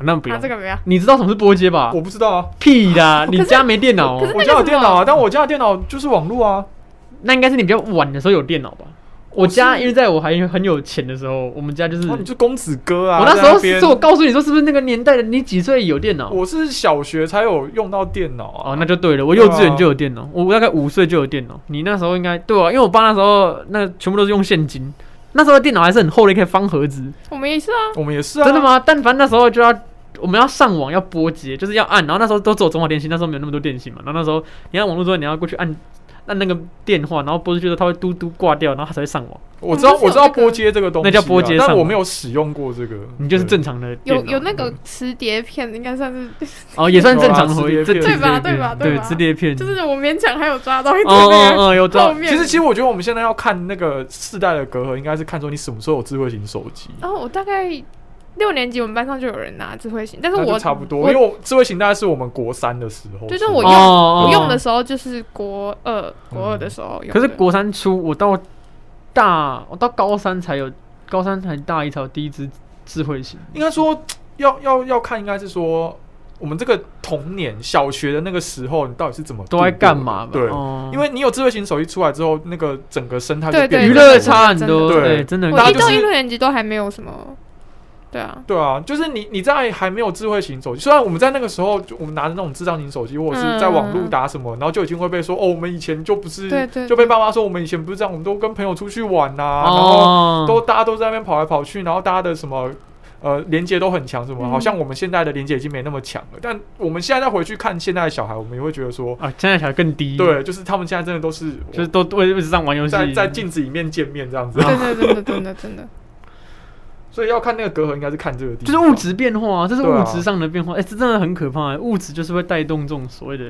Speaker 1: 那不
Speaker 3: 啊，
Speaker 1: 用。
Speaker 3: 这个没有。
Speaker 1: 你知道什么是拨接吧
Speaker 2: 我？不知道啊，
Speaker 1: 屁啦，你家没电脑
Speaker 3: 可是
Speaker 1: 哦，
Speaker 2: 我家有电脑啊，但我家的电脑就是网络啊。
Speaker 1: 那应该是你比较晚的时候有电脑吧？我家因为在我还很有钱的时候，我们家就是
Speaker 2: 哦，
Speaker 1: 我
Speaker 2: 你是公子哥啊！
Speaker 1: 那时
Speaker 2: 在
Speaker 1: 候
Speaker 2: 边
Speaker 1: 是嗯我告诉你说是不是那个年代的你几岁有电脑？
Speaker 2: 我是小学才有用到电脑啊。
Speaker 1: 哦，那就对了，我
Speaker 2: 对
Speaker 1: 幼
Speaker 2: 啊
Speaker 1: 稚园就有电脑，我大概五岁就有电脑。你那时候应该对啊，因为我爸那时候那全部都是用现金，那时候的电脑还是很厚的一个方盒子，
Speaker 3: 我们也是啊，
Speaker 2: 我们也是啊。
Speaker 1: 真的？吗？但凡那时候就要我们要上网要拨接，就是要按，然后那时候都只有中华电信，那时候没有那么多电信嘛。然后那时候你按网络之后，你要过去按按那个电话，然后拨出去的时候它会嘟嘟挂掉，然后它才会上网。
Speaker 2: 我
Speaker 1: 哦
Speaker 2: 知道，
Speaker 3: 我们是
Speaker 2: 我知
Speaker 3: 有
Speaker 2: 道
Speaker 3: 这个
Speaker 2: 波接这个东西啊，
Speaker 1: 那叫波接上
Speaker 2: 但
Speaker 1: 网
Speaker 2: 我没有使用过这个。
Speaker 1: 你就是正
Speaker 2: 常，
Speaker 1: 常的电
Speaker 3: 有
Speaker 1: 脑嗯
Speaker 3: 有那个磁碟片，应该算是
Speaker 1: 哦，也算正常的
Speaker 2: 有
Speaker 1: 回
Speaker 2: 啊磁碟片
Speaker 1: 正磁碟片
Speaker 3: 对吧对吧对
Speaker 1: 对，
Speaker 3: 吧
Speaker 1: 磁碟片
Speaker 3: 就是我勉强还有抓到一点
Speaker 1: 哦
Speaker 3: 那个
Speaker 1: 哦哦，有
Speaker 3: 后
Speaker 1: 照。
Speaker 3: 面。
Speaker 2: 其实，其实我觉得我们现在要看那个世代的隔阂，应该是看说你什么时候有智慧型手机。
Speaker 3: 然后哦我大概六年级，我们班上就有人拿智慧型，但是
Speaker 2: 那就
Speaker 3: 我
Speaker 2: 差不多，
Speaker 3: 我
Speaker 2: 因为我智慧型大概是我们国三的时候出的。
Speaker 3: 就是我用、
Speaker 1: 哦
Speaker 3: 我用
Speaker 1: 哦
Speaker 3: 的时候就是国二，国二的时候用的。
Speaker 1: 可是国三初，我到大，我到高三才有，高三才大一才有第一支智慧型。
Speaker 2: 应该说要要要看，应该是说我们这个童年小学的那个时候，你到底是怎么
Speaker 1: 都在
Speaker 2: 度过的
Speaker 1: 干嘛吧？
Speaker 2: 对，
Speaker 1: 哦
Speaker 2: 因为你有智慧型手机出来之后，那个整个生态就
Speaker 3: 对
Speaker 2: 变得
Speaker 3: 对
Speaker 1: 娱
Speaker 2: 很
Speaker 1: 乐
Speaker 2: 多
Speaker 1: 差很多，
Speaker 2: 真的
Speaker 1: 对，真的很
Speaker 3: 我
Speaker 2: 大
Speaker 3: 一
Speaker 2: 家就
Speaker 3: 到
Speaker 2: 是
Speaker 3: 一六年级都还没有什么，对 啊，
Speaker 2: 对啊，就是你你在还没有智慧型手机，虽然我们在那个时候，就我们拿着那种智障型手机，或者是在网络打什么，然后就已经会被说哦，我们以前就不是，
Speaker 3: 对对
Speaker 2: 就被爸妈说我们以前不是这样，我们都跟朋友出去玩呐、然后
Speaker 1: 哦，
Speaker 2: 都大家都在那边跑来跑去，然后大家的什么。呃，连接都很强，什么？
Speaker 3: 嗯
Speaker 2: 好像我们现在的连接已经没那么强了。但我们现在再回去看现在的小孩，我们也会觉得说，
Speaker 1: 啊，现在小孩更低，，
Speaker 2: 对，就是他们现在真的都是
Speaker 1: 就是嗯都都一直上玩游戏
Speaker 3: 啊
Speaker 2: 在，在镜子里面见面这样子。
Speaker 3: 真的真的真的真的，
Speaker 2: 所以要看那个隔阂，应该是看这个地
Speaker 1: 就
Speaker 2: 方，
Speaker 1: 是物质变化啊，这是
Speaker 2: 对啊
Speaker 1: 物质上的变化，哎、这真的很可怕、哎物质就是会带动这种所谓的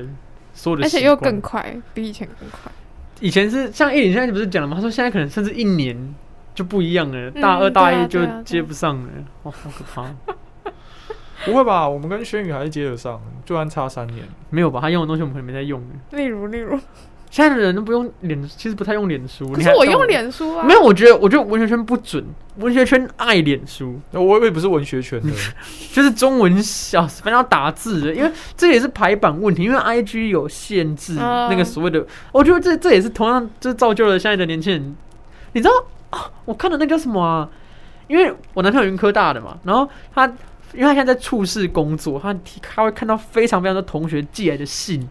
Speaker 1: 所有的
Speaker 3: 而
Speaker 1: 习惯，
Speaker 3: 且又更快，比以前更快。
Speaker 1: 以前是像叶林现在不是讲了吗？他说现在可能甚至一年就不一样了，
Speaker 3: 嗯
Speaker 1: 大二
Speaker 3: 对啊
Speaker 1: 大一就
Speaker 3: 对啊对啊
Speaker 1: 接不上了，哇、好可怕！啊
Speaker 2: 不会吧？我们跟轩宇还是接得上，就按差三年。
Speaker 1: 没有吧？他用的东西我们可能没在用了，
Speaker 3: 例如，例如，现
Speaker 1: 现在的人都不用脸，其实不太用脸书。
Speaker 3: 可
Speaker 1: 你
Speaker 3: 是
Speaker 1: 还
Speaker 3: 我用、脸书啊，
Speaker 1: 没有，我觉得我觉得文学圈不准，文学圈爱脸书，
Speaker 2: 那我我也不是文学圈的，
Speaker 1: 就是中文小，反正要打字的，因为这也是排版问题，因为 I G 有限制，
Speaker 3: 嗯
Speaker 1: 那个所谓的，我觉得这这也是同样，就是造就了现在的年轻人。你知道啊？我看的那叫什么啊？因为我男朋友云科大的嘛，然后他，因为他现在在处室工作，他他会看到非常非常多同学寄来的信，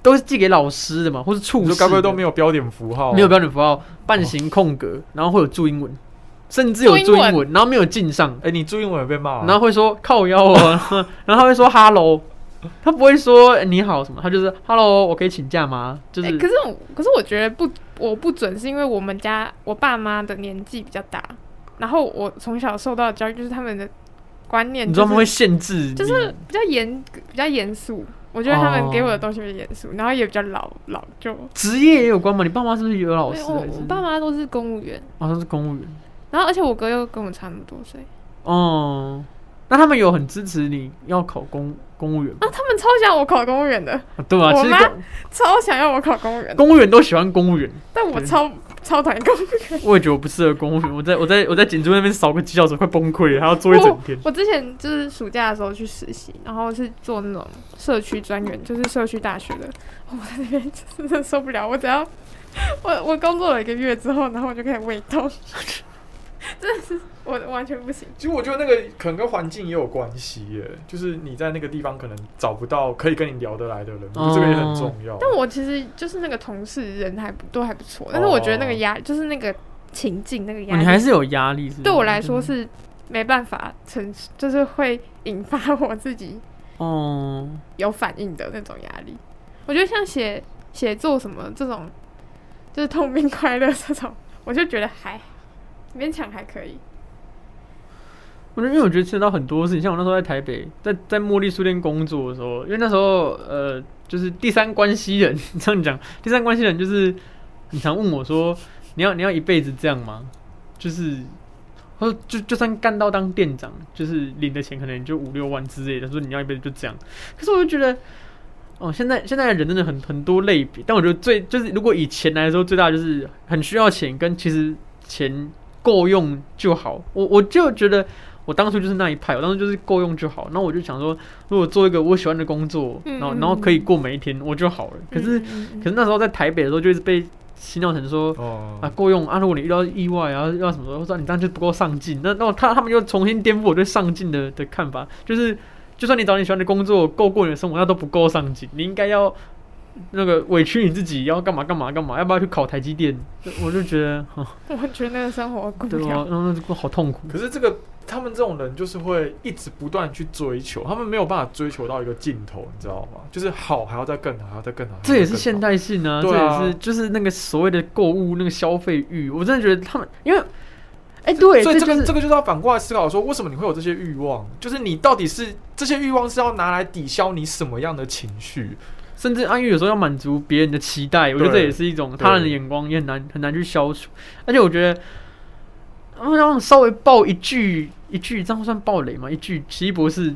Speaker 1: 都是寄给老师的嘛，或是处
Speaker 2: 你
Speaker 1: 室
Speaker 2: 说
Speaker 1: 的，
Speaker 2: 该不会都没有啊哦标点符号？
Speaker 1: 没有标准符号，半形空格，然后会有注英文，甚至有
Speaker 3: 注
Speaker 1: 注
Speaker 3: 英
Speaker 1: 英
Speaker 3: 文
Speaker 1: 文，然后没有敬上。
Speaker 2: 哎、你注英文有被骂、
Speaker 1: 然后会说靠腰哦， 然后然后他会说 hello，他不会说欸你好什么，他就是 hello，我可以请假吗？就是、
Speaker 3: 欸可是我，可是我觉得不，我不准，是因为我们家我爸妈的年纪比较大，然后我从小受到的教育就是他们的观念、
Speaker 1: 你
Speaker 3: 就是，
Speaker 1: 知道他们会限制，
Speaker 3: 就是比较严，比较严肃。我觉得他
Speaker 1: 哦
Speaker 3: 们给我的东西比较严肃，然后也比较老老旧。
Speaker 1: 职业也有关嘛？你爸妈是不是也有老
Speaker 3: 因为
Speaker 1: 师？
Speaker 3: 我
Speaker 1: 还是
Speaker 3: 哦我爸妈都是公务员，
Speaker 1: 好像是公务员
Speaker 3: 然后而且我哥又跟我差那么多岁，
Speaker 1: 哦。那他们有很支持你要考公公务员吗？
Speaker 3: 啊，他们超想我考公务员的，
Speaker 1: 啊对吧？
Speaker 3: 我
Speaker 1: 其实
Speaker 3: 妈
Speaker 1: 公
Speaker 3: 超想要我考公务员，
Speaker 1: 公务员都喜欢公务员，
Speaker 3: 但我
Speaker 1: 对
Speaker 3: 超超讨厌公务员。
Speaker 1: 我也觉得我不适合公务员。我在我在我在锦州那边扫个几小时，快崩溃了，还要做一整天。
Speaker 3: 我之前就是暑假的时候去实习，然后是做那种社区专员，就是社区大学的。哦我在那边真的受不了，我只要我 我工作了一个月之后，然后我就开始胃痛， 真的是我完全不行。
Speaker 2: 其实我觉得那个可能跟环境也有关系耶，就是你在那个地方可能找不到可以跟你聊得来的人，
Speaker 1: 哦
Speaker 2: 这个也很重要。
Speaker 3: 但我其实就是那个同事人还不都还不错，但是我觉得那个压就是那个情境那个压
Speaker 1: 哦你
Speaker 3: 力，
Speaker 1: 还是有压力是不是
Speaker 3: 对我来说是没办法承，就是会引发我自己
Speaker 1: 哦，
Speaker 3: 有反应的那种压力。我觉得像写写作什么这种，就是痛并快乐这种，我就觉得还勉强还可以。
Speaker 1: 我觉得，因为我觉得牵扯到很多事情，像我那时候在台北，在在茉莉书店工作的时候，因为那时候呃，就是第三关系人 这样讲，第三关系人就是你常问我说，你要你要一辈子这样吗？就是，或者就就算干到当店长，就是领的钱可能就五六万之类的，说你要一辈子就这样。可是我就觉得，哦，现在现在的人真的很很多类别，但我觉得最就是如果以钱来说，最大就是很需要钱，跟其实钱够用就好。我我就觉得我当初就是那一派，我当初就是够用就好。那我就想说，如果做一个我喜欢的工作，
Speaker 3: 嗯
Speaker 1: 然后然后可以过每一天，我就好了。
Speaker 2: 嗯
Speaker 1: 可是可是那时候在台北的时候，就一直被洗脑成说。
Speaker 2: 哦、
Speaker 1: 啊，够用啊！如果你遇到意外啊，遇到什么时候，说你这样就不够上进，那那我他他们又重新颠覆我对上进的的看法，就是就算你找你喜欢的工作，够过你的生活，那都不够上进，你应该要那个委屈你自己，要干嘛干嘛干嘛，要不要去考台积电？我就觉得， 哦、
Speaker 3: 我觉得那个生活过不
Speaker 1: 对
Speaker 3: 了
Speaker 1: 哦，，嗯，好痛苦。
Speaker 2: 可是这个他们这种人就是会一直不断去追求，他们没有办法追求到一个尽头，你知道吗？就是好还要再更好，还要再更好。
Speaker 1: 这也是现
Speaker 2: 现代。
Speaker 1: 代性啊，
Speaker 2: 对啊
Speaker 1: 这也是就是那个所谓的购物那个消费欲，我真的觉得他们因为，哎、对，
Speaker 2: 所以这个
Speaker 1: 就是
Speaker 2: 这个就是要反过来思考说，为什么你会有这些欲望？就是你到底是这些欲望是要拿来抵消你什么样的情绪？
Speaker 1: 甚至安逸有时候要满足别人的期待，我觉得这
Speaker 2: 对
Speaker 1: 也是一种他人的
Speaker 2: 对
Speaker 1: 眼光，也很难很难去消除。而且我觉得，嗯让我稍微爆一句一句，这样算暴雷吗？一句《奇异博士》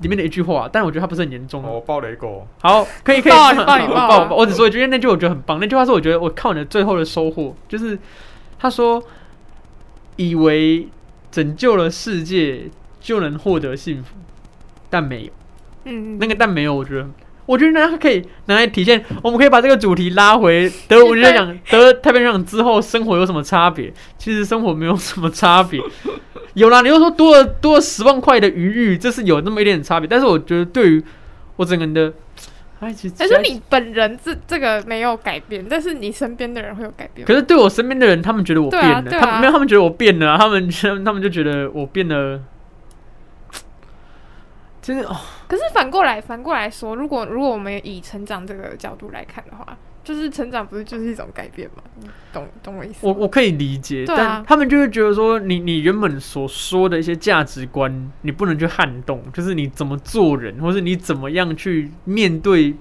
Speaker 1: 里面的一句话，但我觉得它不是很严重。
Speaker 2: 哦，暴雷狗，
Speaker 1: 好，可以可以，
Speaker 3: 爆你
Speaker 1: 好
Speaker 3: 爆你
Speaker 1: 我
Speaker 3: 爆
Speaker 1: 爆
Speaker 3: 啊
Speaker 1: 我我只说一句，因为那句我觉得很棒，那句话是我觉得我看完的最后的收获，就是他说，以为拯救了世界就能获得幸福，但没有。
Speaker 3: 嗯，
Speaker 1: 那个但没有，我觉得，我觉得呢，它可以拿来体现，我们可以把这个主题拉回德文学奖、德太平洋奖之后生活有什么差别？其实生活没有什么差别， 有啦，你又说多了多了十万块的余裕，这是有那么一点点差别，但是我觉得对于我整个人的，哎，其实
Speaker 3: 但是你本人这这个没有改变，但是你身边的人会有改变吗。
Speaker 1: 可是对我身边的人，他们觉得我
Speaker 3: 对
Speaker 1: 变
Speaker 3: 啊
Speaker 1: 了，
Speaker 3: 对
Speaker 1: 他
Speaker 3: 啊
Speaker 1: 们没有，他们觉得我变了啊，他们他们就觉得我变得真的哦，
Speaker 3: 可是反过来，反过来说，如果如果我们以成长这个角度来看的话，就是成长不是就是一种改变吗？你懂懂我意思
Speaker 1: 我
Speaker 3: 吗？
Speaker 1: 我可以理解，
Speaker 3: 对啊
Speaker 1: 但他们就会觉得说你，你原本所说的一些价值观，你不能去撼动，就是你怎么做人，或是你怎么样去面对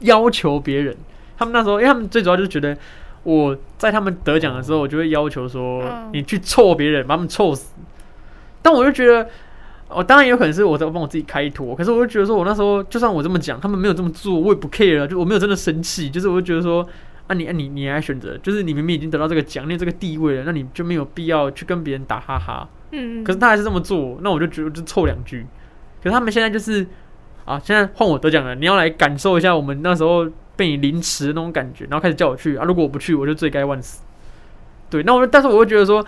Speaker 1: 要求别人。他们那时候，因为他们最主要就是觉得我在他们得奖的时候，我就会要求说，
Speaker 3: 嗯
Speaker 1: 你去臭别人，把他们臭死。但我就觉得，我、当然也有可能是我在帮我自己开脱，可是我就觉得说，我那时候就算我这么讲，他们没有这么做，我也不 care 啊，就我没有真的生气，就是我就觉得说，啊你啊你你还选择，就是你明明已经得到这个奖励这个地位了，那你就没有必要去跟别人打哈哈。
Speaker 3: 嗯，
Speaker 1: 可是他还是这么做，那我就觉得就凑两句。可是他们现在就是，啊，现在换我得奖了，你要来感受一下我们那时候被你凌迟的那种感觉，然后开始叫我去啊，如果我不去，我就罪该万死。对，那我就但是我会觉得说，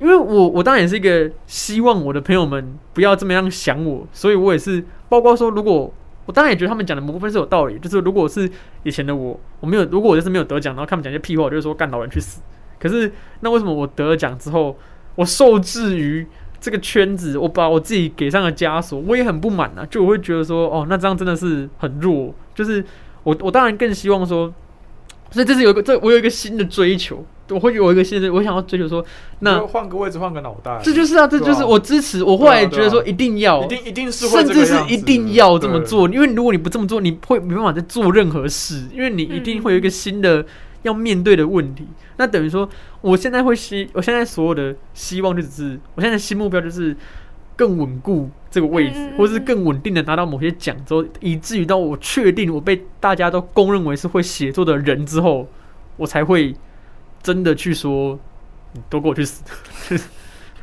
Speaker 1: 因为我我当然也是一个希望我的朋友们不要这么样想我，所以我也是包括说，如果我当然也觉得他们讲的某部分是有道理，就是如果是以前的我，我没有如果我就是没有得奖，然后他们讲一些屁话，我就会说干老人去死。可是那为什么我得了奖之后，我受制于这个圈子，我把我自己给上了枷锁，我也很不满啊，就我会觉得说，哦，那这样真的是很弱，就是我我当然更希望说，所以这是有一个这我有一个新的追求，我会有一个新的，我想要追求说，那
Speaker 2: 就换个位置，换个脑袋，
Speaker 1: 这就是啊，这就是我支持。我后来觉得说一定要，
Speaker 2: 一定一定是会
Speaker 1: 甚
Speaker 2: 这
Speaker 1: 至
Speaker 2: 个
Speaker 1: 是
Speaker 2: 样子
Speaker 1: 一定要这么。做，因为如果你不这么做，你会没办法再做任何事，因为你一定会有一个新的要面对的问题。那等于说，我现在会希，我现在所有的希望就只是，我现在的新目标就是更稳固这个位置，
Speaker 3: 嗯嗯嗯
Speaker 1: 或是更稳定的拿到某些奖之后，以至于到我确定我被大家都公认为是会写作的人之后，我才会真的去说，你都给我去死。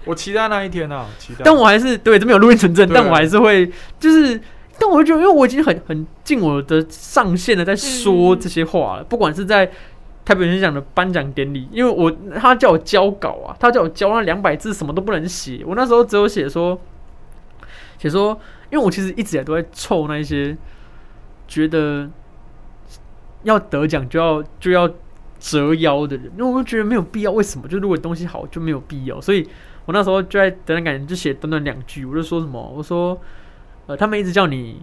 Speaker 2: 我期待那一天啊，期待。
Speaker 1: 但我还是对这边有录音存证，
Speaker 2: 对
Speaker 1: 但我还是会就是，但我会觉得，因为我已经很很尽我的上限的在说
Speaker 3: 嗯
Speaker 1: 这些话了，不管是在台北演讲的颁奖典礼，因为我他叫我交稿啊，他叫我交那两百字什么都不能写，我那时候只有写说写说，因为我其实一直以来都在臭那一些觉得要得奖就要就要折腰的人，因为我就觉得没有必要。为什么？就如果东西好就没有必要，所以我那时候就在得奖感言就写短短两句，我就说什么，我说呃，他们一直叫你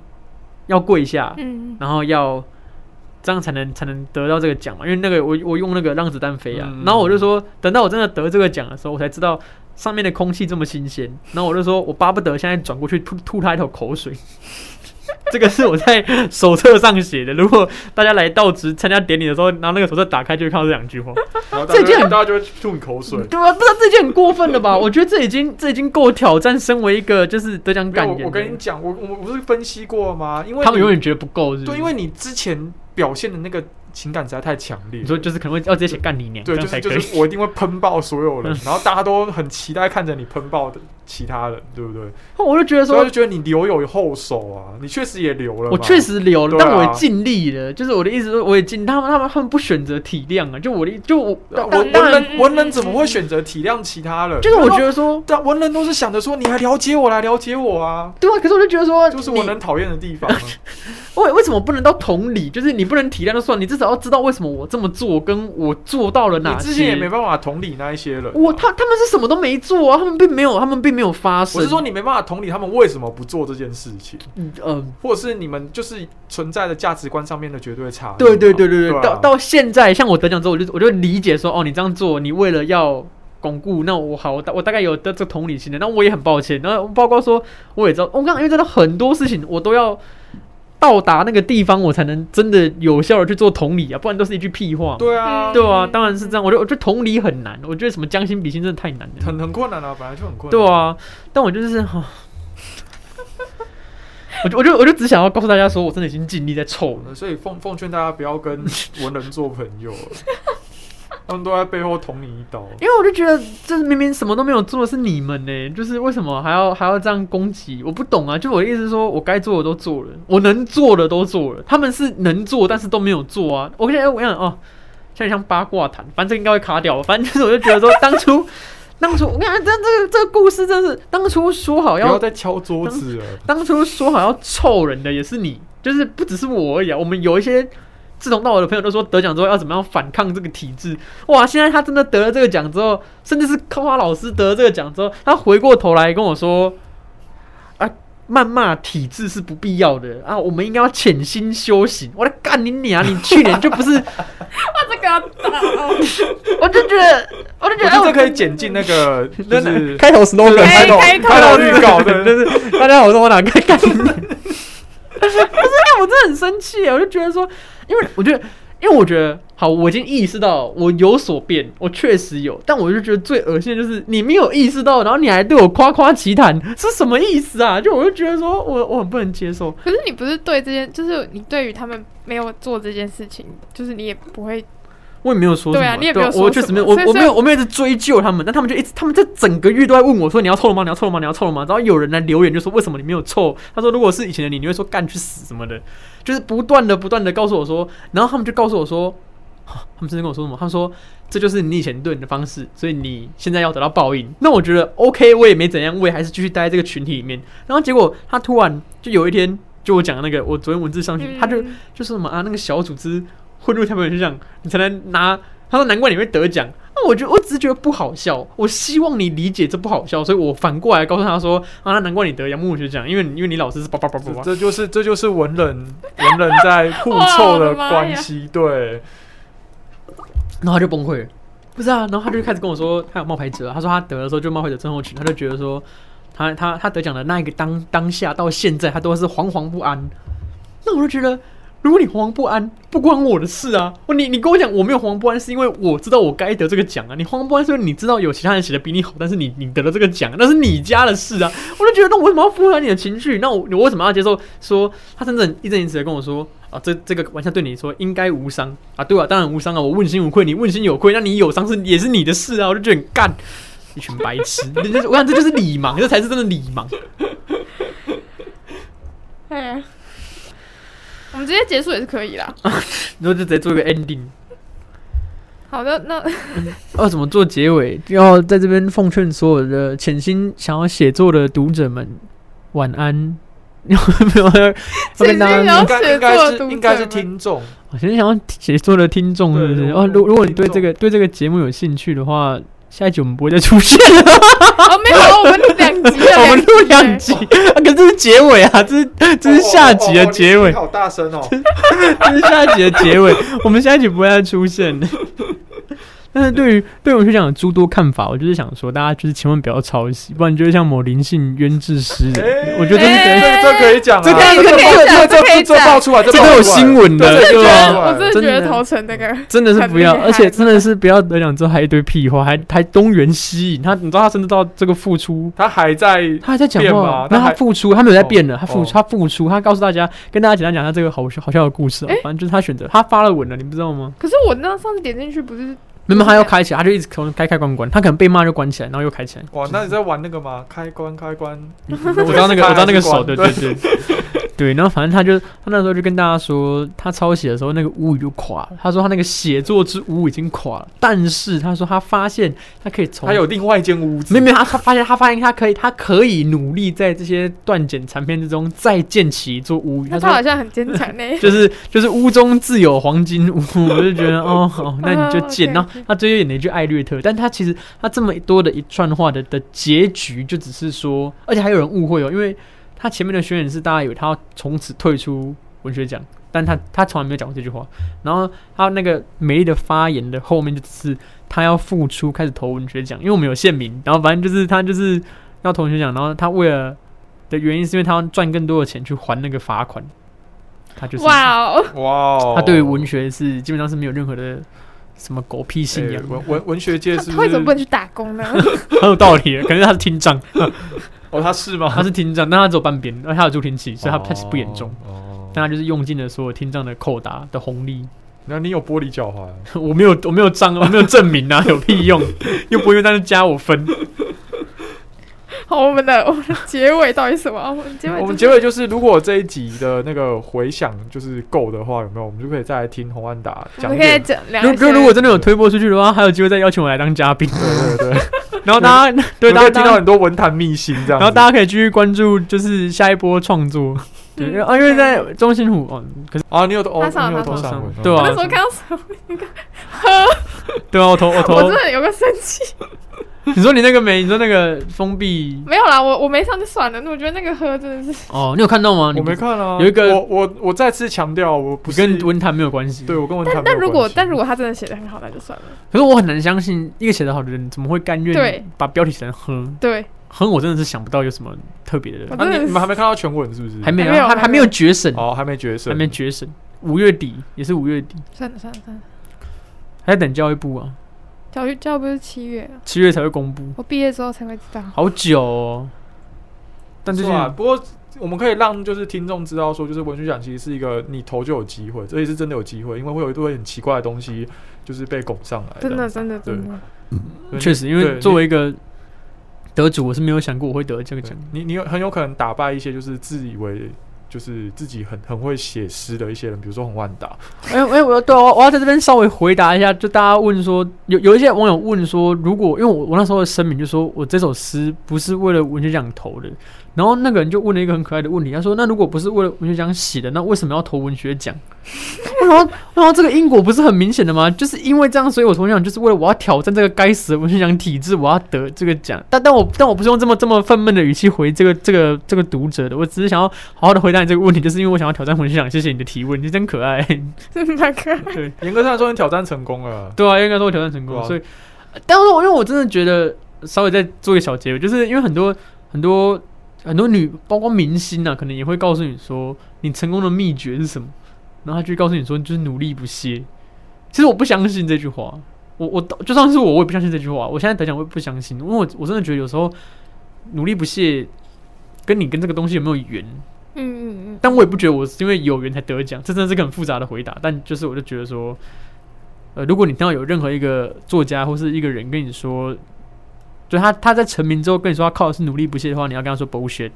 Speaker 1: 要跪下，
Speaker 3: 嗯
Speaker 1: 然后要这样才能才能得到这个奖嘛，因为那个我我用那个让子弹飞啊，
Speaker 2: 嗯
Speaker 1: 然后我就说等到我真的得这个奖的时候，我才知道上面的空气这么新鲜，然后我就说我巴不得现在转过去吐吐他一口口水。 这个是我在手册上写的，如果大家来到职参加典礼的时候，拿那个手册打开，就会看到这两句话。
Speaker 2: 然后大家
Speaker 1: 这件
Speaker 2: 大家就会吐你口水。
Speaker 1: 对啊，不知道这已经很过分了吧？ 我觉得这已经这已经够挑战，身为一个就是得奖
Speaker 2: 没有
Speaker 1: 感言
Speaker 2: 我
Speaker 1: 的，
Speaker 2: 我跟你讲，我我我不是分析过吗？因为
Speaker 1: 他们
Speaker 2: 你
Speaker 1: 永远觉得不够，是不是
Speaker 2: 对，因为你之前表现的那个情感实在太强烈
Speaker 1: 你。说就是可能会哦要直接写干你娘，这
Speaker 2: 对，
Speaker 1: 样
Speaker 2: 就
Speaker 1: 才
Speaker 2: 是
Speaker 1: 可以。 嗯
Speaker 2: 就是我一定会喷爆所有人，然后大家都很期待看着你喷爆的其他人，对不对？
Speaker 1: 我就觉得
Speaker 2: 所以我
Speaker 1: 说
Speaker 2: 就，觉得你留有后手啊，你确实也留了嘛。
Speaker 1: 我确实留了，
Speaker 2: 对啊
Speaker 1: 但我也尽力了。就是我的意思说，我也尽他们，他们他们不选择体谅啊。就我的意，就我，
Speaker 2: 呃，
Speaker 1: 但
Speaker 2: 文
Speaker 1: 但
Speaker 2: 文
Speaker 1: 当然，
Speaker 2: 人文人怎么会选择体谅其他人？
Speaker 1: 就是我觉得说，
Speaker 2: 但文人都是想着说，你来了解我，来了解我啊，
Speaker 1: 对啊。可是我就觉得说，
Speaker 2: 就是我
Speaker 1: 你
Speaker 2: 能讨厌的地方啊。
Speaker 1: 为为什么不能到同理？就是你不能体谅就算，你至少要知道为什么我这么做，跟我做到了
Speaker 2: 你
Speaker 1: 哪
Speaker 2: 之前也
Speaker 1: 些。
Speaker 2: 没办法同理那一些人啊，
Speaker 1: 啊我他他们是什么都没做啊，他们并没有，他们并没有发生。
Speaker 2: 我是说你没办法同理他们为什么不做这件事情，
Speaker 1: 嗯，呃，
Speaker 2: 或者是你们就是存在的价值观上面的绝对差异嘛。
Speaker 1: 对对对对对，
Speaker 2: 对啊，
Speaker 1: 到到现在，像我得奖之后，我就我就理解说，哦，你这样做，你为了要巩固，那我好，我大我大概有得这同理心的，那我也很抱歉。然后包括说，我也知道，我刚因为真的很多事情，我都要到达那个地方，我才能真的有效的去做同理啊，不然都是一句屁话嘛。
Speaker 2: 对啊，
Speaker 1: 对啊，当然是这样。我觉得我觉得同理很难，我觉得什么将心比心真的太难了。
Speaker 2: 很很困难啊，本来就很困难。
Speaker 1: 对，啊，但我就是哈。 我就我就我就只想要告诉大家说，我真的已经尽力在凑了。
Speaker 2: 所以奉奉劝大家不要跟文人做朋 友，他们都在背后捅你一刀。
Speaker 1: 因为我就觉得，这明明什么都没有做的是你们呢、就是为什么还要还要这样攻击？我不懂啊！就我的意思是说，我该做的都做了，我能做的都做了，他们是能做但是都没有做啊！我跟你讲，我跟你讲哦，像像八卦谈，反正这个应该会卡掉，反正就是我就觉得说，当初当初我跟你讲，这这个这个故事真是当初说好
Speaker 2: 不
Speaker 1: 要
Speaker 2: 要再敲桌子了，
Speaker 1: 当初说好要凑人的也是你，就是不只是我而已啊。我们有一些志同道合的朋友都说得奖之后要怎么样反抗这个体制，哇！现在他真的得了这个奖之后，甚至是康华老师得了这个奖之后，他回过头来跟我说：“啊，谩骂体制是不必要的啊，我们应该要潜心修行。我来干你娘！你去年就不是，
Speaker 3: 这个要打哦，
Speaker 1: 我就觉得，我就觉得，
Speaker 2: 我觉得
Speaker 1: 哎
Speaker 2: 这可以剪进那个，就
Speaker 1: 那
Speaker 2: 是
Speaker 1: 那
Speaker 2: 开
Speaker 4: 开头
Speaker 2: 头
Speaker 4: slogan
Speaker 2: 开
Speaker 3: 哎开
Speaker 2: 头开
Speaker 3: 头
Speaker 2: 头预告，
Speaker 1: 对，就
Speaker 2: 对，对
Speaker 1: 是大家好，我是我哪个干 你？不是，哎我真的很生气，我就觉得说，因为我觉得，因为我觉得，好，我已经意识到我有所变，我确实有，但我就觉得最恶心的就是你没有意识到，然后你还对我夸夸其谈，是什么意思啊？就我就觉得说我我很不能接受，
Speaker 3: 可是你不是对这件，就是你对于他们没有做这件事情，就是你也不会
Speaker 1: 我也没有说什么，
Speaker 3: 对啊你也没有说
Speaker 1: 我确实
Speaker 3: 什
Speaker 1: 没
Speaker 3: 么
Speaker 1: 有，我我没
Speaker 3: 所以所以
Speaker 1: 有，我没有一直追究他们，但他们就一直，他们这整个月都在问我说你要凑了吗？你要凑了吗？你要凑了吗？然后有人来留言就说为什么你没有凑？他说如果是以前的你，你会说干去死什么的，就是不断的不断的告诉我说，然后他们就告诉我说， 啊他们之前跟我说什么？他们说这就是你以前对你的方式，所以你现在要得到报应。那我觉得 OK，我也没怎样，我也还是继续待在这个群体里面。然后结果他突然就有一天，就我讲的那个，我昨天文字上去，他就
Speaker 3: 嗯
Speaker 1: 就是什么啊，那个小组织混入他们选项，你才能拿。他说难怪你会得奖。那我觉得我只是觉得不好笑，我希望你理解这不好笑，所以我反过来告诉他说啊，那难怪你得杨牧学奖，因为你因为你老师是叭叭叭叭叭
Speaker 2: 这。这就是这就是文人文人在互凑的关系，对，
Speaker 1: 然后他就崩溃了，不是啊，然后他就开始跟我说他有冒牌者啊、他说他得的时候就冒牌者症候群，他就觉得说他他他得奖的那一个当当下到现在他都是惶惶不安，那我就觉得。如果你惶惶不安，不关我的事啊！我你你跟我讲，我没有惶惶不安，是因为我知道我该得这个奖啊。你惶惶不安是因为你知道有其他人写的比你好，但是你你得了这个奖，那是你家的事啊。我就觉得，那我为什么要负担你的情绪？那我我为什么要接受说他真正义正言辞的跟我说啊，这这个玩笑对你说应该无伤啊？对啊，当然无伤啊，我问心无愧，你问心有愧，那你有伤是也是你的事啊，我就觉得很干。一群白痴， 人家我想这就是礼盲，这才是真的礼盲。
Speaker 3: 哎呀，我们直接结束也是可以啦。
Speaker 1: 你说就直接做一个 ending，
Speaker 3: 好的，那
Speaker 1: 要啊怎么做结尾？要在这边奉劝所有的潜心想要写作的读者们，晚安。 没有，要跟大
Speaker 3: 潜
Speaker 1: 家
Speaker 2: 应该应
Speaker 3: 心想
Speaker 2: 该是应该是听众，
Speaker 1: 我现在想要写作的听众是不是？
Speaker 2: 对
Speaker 1: 哦，如
Speaker 2: 我
Speaker 1: 如果你对这个对这个节目有兴趣的话，下一集我们不会再出现了，
Speaker 3: 哦没有啊，我们录两 集了，
Speaker 1: 我们录两
Speaker 3: 哎
Speaker 1: 集。啊可是这是结尾啊，这是这是下集的结尾，
Speaker 2: 好大声哦，
Speaker 1: 这是下一集的结尾，我们下一集不会再出现的。但是对于对我学长有诸多看法，我就是想说，大家就是千万不要抄袭，不然你就会像某灵性冤制诗人。我觉得这是
Speaker 3: 哎
Speaker 2: 这这可以讲啊，
Speaker 1: 这可以
Speaker 2: 这
Speaker 1: 这可以
Speaker 3: 讲
Speaker 2: 这
Speaker 3: 这可以
Speaker 2: 这
Speaker 3: 讲
Speaker 2: 爆出来，
Speaker 1: 这都有新闻的
Speaker 2: 对
Speaker 1: 对吧
Speaker 3: 我真的觉
Speaker 1: 真
Speaker 3: 得
Speaker 1: 的
Speaker 3: 头层那个，
Speaker 1: 真的是
Speaker 3: 很
Speaker 1: 不要，
Speaker 3: 厉害
Speaker 1: 而且真的是不要得奖之后还一堆屁话，还还东原西引他，你知道他甚至到这个付出
Speaker 2: 他还在
Speaker 1: 他还在讲
Speaker 2: 变
Speaker 1: 话啊
Speaker 2: 吗，
Speaker 1: 那
Speaker 2: 他
Speaker 1: 他
Speaker 2: 还
Speaker 1: 付出，他没有在变了，
Speaker 2: 哦
Speaker 1: 他付出，
Speaker 2: 哦
Speaker 1: 他付出，他告诉大家，跟大家简单讲一下这个好笑好笑的故事、啊
Speaker 3: 诶，
Speaker 1: 反正就是他选择，他发了文了，你不知道吗？
Speaker 3: 可是我那上次点进去不是
Speaker 1: 没有，他要开起来，他就一直从开开关关，他可能被骂就关起来，然后又开起来。
Speaker 2: 哇，那你在玩那个吗？开关开关，
Speaker 1: 嗯我知道那个，我
Speaker 2: 开
Speaker 1: 知道那个
Speaker 2: 还是
Speaker 1: 手，
Speaker 2: 关
Speaker 1: 对对对。 对，然后反正他就，他那时候就跟大家说，他抄袭的时候那个屋宇就垮了。他说他那个写作之屋已经垮了，但是他说他发现他可以从
Speaker 2: 他有另外一间屋子，
Speaker 1: 没有没有，他他发现他发现他可以，他可以努力在这些断简残篇之中再建起一座屋宇。
Speaker 3: 那他
Speaker 1: 说
Speaker 3: 好像很坚强呢。
Speaker 1: 就是就是屋中自有黄金屋，我就觉得哦好，那你就建。
Speaker 3: 哦
Speaker 1: 然后他最后演了一句艾略特，但他其实他这么多的一串话的的结局，就只是说，而且还有人误会哦，因为他前面的宣言是大家以为他要从此退出文学奖，但他他从来没有讲过这句话。然后他那个美丽的发言的后面就只是他要付出，开始投文学奖，因为我们有县民，然后反正就是他就是要投文学奖，然后他为了的原因是因为他要赚更多的钱去还那个罚款，他就是
Speaker 3: 哇哦，
Speaker 2: 哇哦，
Speaker 1: 他对于文学是基本上是没有任何的什么狗屁信
Speaker 2: 哎
Speaker 1: 仰，
Speaker 2: 文文文学界
Speaker 3: 他
Speaker 2: 是
Speaker 3: 他
Speaker 2: 不
Speaker 3: 为什么不
Speaker 2: 是？
Speaker 3: 能去打 工呢？
Speaker 1: 很有道理的。可能他是听障，
Speaker 2: 哦，他是吗？
Speaker 1: 他是听障，但他只有半边，而他有助听器，所以他他其实不严重。
Speaker 2: 哦。
Speaker 1: 但他就是用尽了所有听障的扣打的红利，
Speaker 2: 那你有玻璃脚踝？
Speaker 1: 我没有我没有障，我没有证明啊，有屁用，又不会用，但是加我分。
Speaker 3: 好，我们的我们的结尾到底是什么？我们结尾
Speaker 2: 我们
Speaker 3: 啊就
Speaker 2: 结
Speaker 3: 是
Speaker 2: 尾就是，如果这一集的那个回响就是够的话，有没有？我们就可以再来听洪安达
Speaker 3: 我
Speaker 2: 讲
Speaker 3: 们可以
Speaker 2: 点。
Speaker 3: 讲聊
Speaker 1: 如
Speaker 3: 一些
Speaker 1: 果如果真的有推播出去的话，还有机会再邀请我来当嘉宾。
Speaker 2: 对对 对，
Speaker 1: 然后大家对
Speaker 2: 嗯我们
Speaker 1: 大家
Speaker 2: 可以听到很多文坛秘辛这样。
Speaker 1: 然后大家可以继续关注，就是下一波创作。对，
Speaker 3: 嗯
Speaker 1: 因为啊，因为在中心湖，哦，可是
Speaker 2: 啊，你有哦，
Speaker 3: 他上
Speaker 2: 你有
Speaker 3: 他
Speaker 2: 多
Speaker 1: 上
Speaker 2: 上文？哦
Speaker 1: 对啊
Speaker 3: 我那时候看到什么，
Speaker 1: 对啊，我投我投
Speaker 3: 我真的有个生气。
Speaker 1: 你说你那个没，你说那个封闭
Speaker 3: 没有啦，我我没上就算了。那我觉得那个喝 真的是，
Speaker 1: 哦，你有看到吗？你
Speaker 2: 我
Speaker 1: 不
Speaker 2: 没看啊。
Speaker 1: 有一个
Speaker 2: 我我我再次强调，我不
Speaker 1: 你
Speaker 2: 是
Speaker 1: 跟文坛没有关系。
Speaker 2: 对我跟文
Speaker 3: 但
Speaker 2: 坛。
Speaker 3: 但如果但如果他真的写的很好，那就算了。
Speaker 1: 可是我很难相信一个写得好的人怎么会甘
Speaker 3: 对
Speaker 1: 愿把标题写成“哼
Speaker 3: 对，
Speaker 1: 哼”，我真的是想不到有什么特别的
Speaker 3: 我，
Speaker 2: 啊，
Speaker 3: 真的
Speaker 2: 你你
Speaker 3: 是
Speaker 2: 们还没看到全文是不是？
Speaker 1: 还没
Speaker 3: 还没有
Speaker 1: 还
Speaker 3: 还没有
Speaker 1: 还没有决审，
Speaker 2: 哦，还没决胜，
Speaker 1: 还没决审。五月底也是五月底，
Speaker 3: 算了算了算了。
Speaker 1: 还在等教育部啊，
Speaker 3: 教育教育不是七月啊，
Speaker 1: 七月才会公布，
Speaker 3: 我毕业之后才会知道。
Speaker 1: 好久哦。但最
Speaker 2: 是啊
Speaker 1: 近
Speaker 2: 吧？不过我们可以让就是听众知道说，就是文学奖其实是一个你投就有机会，这也是真的有机会，因为会有一堆很奇怪的东西就是被拱上来
Speaker 1: 啊
Speaker 3: 真的真的真的，
Speaker 2: 对
Speaker 1: 确实，因
Speaker 2: 对
Speaker 1: 为
Speaker 2: 你
Speaker 1: 作为一个得主，我是没有想过我会得这个
Speaker 2: 对
Speaker 1: 奖。
Speaker 2: 你你有很有可能打败一些就是自以为就是自己很很会写诗的一些人，比如说洪万达，
Speaker 1: 哎哎，我要对啊我我要在这边稍微回答一下，就大家问说，有有一些网友问说，如果因为我我那时候的声明就说我这首诗不是为了文学奖投的，然后那个人就问了一个很可爱的问题，他说那如果不是为了文学奖写的，那为什么要投文学奖？ 然后然后这个因果不是很明显的吗？就是因为这样，所以我从小就是为了我要挑战这个该死的文学奖体制，我要得这个奖。但但我但我不是用这么这么愤懑的语气回这个这个这个读者的，我只是想要好好的回答你这个问题，就是因为我想要挑战文学奖。谢谢你的提问，你真可爱。
Speaker 3: 真的 哥，
Speaker 1: 对
Speaker 2: 严格上来说你挑战成功了，
Speaker 1: 对啊，应该说我挑战成功，
Speaker 2: 对啊
Speaker 1: 所以，呃但是我因为我真的觉得稍微再做一个小结尾，就是因为很多很多很多女，包括明星啊，可能也会告诉你说你成功的秘诀是什么，然后他就告诉你说就是努力不懈。其实我不相信这句话，我我就算是我，我也不相信这句话。我现在得奖我也不相信，因为我我真的觉得有时候努力不懈跟你跟这个东西有没有缘
Speaker 3: 嗯嗯嗯，
Speaker 1: 但我也不觉得我是因为有缘才得奖，这真的是个很复杂的回答。但就是我就觉得说，呃，如果你听到有任何一个作家或是一个人跟你说，就他他在成名之后跟你说他靠的是努力不懈的话，你要 跟他说 bullshit，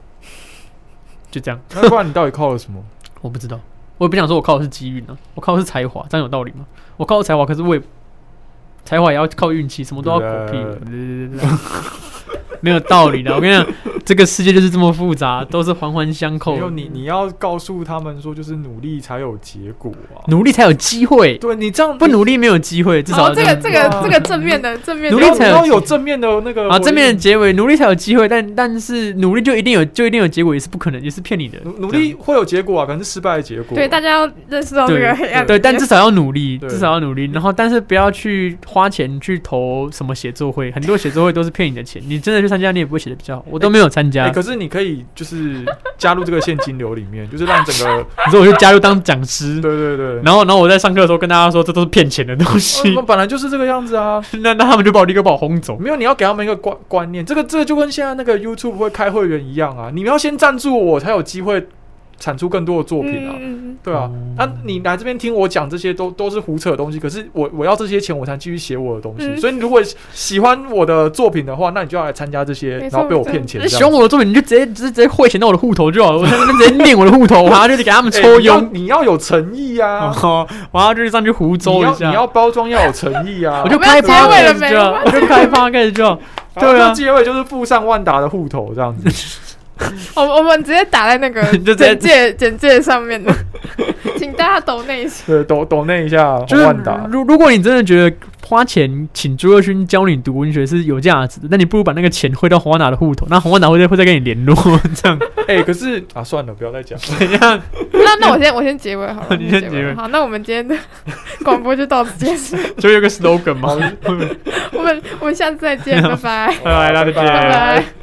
Speaker 1: 就这样。
Speaker 2: 那不然你到底靠了什么？
Speaker 1: 我不知道，我也不想说我靠的是机遇呢，我靠的是才华，这样有道理吗？我靠的才华，可是我也才华也要靠运气，什么都要狗屁，没有道理的。我跟你讲，这个世界就是这么复杂，都是环环相扣
Speaker 2: 没。有你你要告诉他们说，就是努力才有结果啊。
Speaker 1: 努力才有机会，
Speaker 2: 对你这样
Speaker 1: 不努力没有机会，至少、
Speaker 3: 哦，这个这个
Speaker 2: 哇
Speaker 3: 这个正面的正面的
Speaker 1: 努
Speaker 2: 努
Speaker 1: 力
Speaker 2: 力
Speaker 1: 才
Speaker 2: 才
Speaker 1: 有
Speaker 2: 要
Speaker 1: 结
Speaker 2: 有
Speaker 1: 果
Speaker 2: 正面的那个
Speaker 1: 啊，
Speaker 2: 回
Speaker 1: 正面
Speaker 2: 应
Speaker 1: 的结尾，努力才有机会，但但是努力就一定有就一定有结果，也是不可能，也是骗你的。
Speaker 2: 努努力会有结果啊，可能是失败的结果。
Speaker 3: 对大家要认识到这个黑
Speaker 1: 这样
Speaker 3: 暗
Speaker 1: 对，
Speaker 3: 面，
Speaker 1: 但至少要努力，
Speaker 2: 对
Speaker 1: 至少要努力。然后，但是不要去花钱去投什么写作会，很多写作会都是骗你的钱。你真的去参加，你也不会写的比较好。我都没有参加，
Speaker 2: 哎、可是你可以就是加入这个现金流里面，就是让整 个
Speaker 1: 你说我就加入当讲师
Speaker 2: 对，对对，
Speaker 1: 然后然后我在上课的时候跟大家说，这都是骗钱的东
Speaker 2: 哦你
Speaker 1: 西
Speaker 2: 们。本来就是这个样子啊。
Speaker 1: 那那他们就把我立刻把我轰走。
Speaker 2: 哦没有，你要给他们一个观观念，这个这个就跟现在那个 YouTube 会开会员一样啊，你们要先赞助我，才有机会产出更多的作品啊。
Speaker 3: 嗯嗯
Speaker 2: 对啊
Speaker 1: 哦，
Speaker 2: 那、你来这边听我讲这些都都是胡扯的东西，可是我我要这些钱，我才继续写我的东西。
Speaker 3: 嗯
Speaker 2: 所以你如果喜欢我的作品的话，那你就要来参加这些，
Speaker 3: 没
Speaker 2: 然
Speaker 3: 错
Speaker 2: 后被我
Speaker 3: 没错
Speaker 2: 骗钱
Speaker 1: 你
Speaker 2: 这
Speaker 1: 喜
Speaker 2: 样
Speaker 1: 欢
Speaker 2: 子。
Speaker 1: 我的作品，你就直接直接直接汇钱到我的户头就好了。我在那边直接念我的户 头，我还要去给他们
Speaker 2: 哎
Speaker 1: 抽
Speaker 2: 你要
Speaker 1: 佣。
Speaker 2: 你要有诚 意啊！
Speaker 1: 哦，然后就是上去胡
Speaker 2: 你
Speaker 1: 诌
Speaker 2: 要
Speaker 1: 一下，
Speaker 2: 你要包装要有诚意啊！
Speaker 1: 我
Speaker 3: 就
Speaker 1: 就
Speaker 3: 我们要
Speaker 1: 开
Speaker 3: 结尾了
Speaker 1: podcast
Speaker 3: 没
Speaker 1: 就好，我就开 podcast 就好。对
Speaker 2: 然后
Speaker 1: 啊
Speaker 2: 就，结尾就是附上万达的户头这样子。
Speaker 3: 我我们直接打在那个
Speaker 1: 就直接
Speaker 3: 简介简介 上面的，请大家抖那一下。
Speaker 2: 对，抖抖那一下
Speaker 1: 就
Speaker 2: 红
Speaker 1: 是
Speaker 2: 万达。
Speaker 1: 如如果你真的觉得花钱请朱若勋教你读文学是有价值的，那你不如把那个钱汇到黄万达的户头，那黄万达会再会再跟你联络， 这 样
Speaker 2: 哎、可是啊，算了，不要再讲。
Speaker 1: 怎样？
Speaker 3: 那那我先我先结尾好了，
Speaker 1: 哦你
Speaker 3: 我
Speaker 1: 先
Speaker 3: 尾
Speaker 1: 结尾
Speaker 3: 好。那我们今天的 广播就到此结束，
Speaker 1: 就有个 slogan 嘛。
Speaker 3: 我们我们下次再见，拜拜。
Speaker 1: 拜拜，大家再见
Speaker 2: 拜
Speaker 3: 拜拜。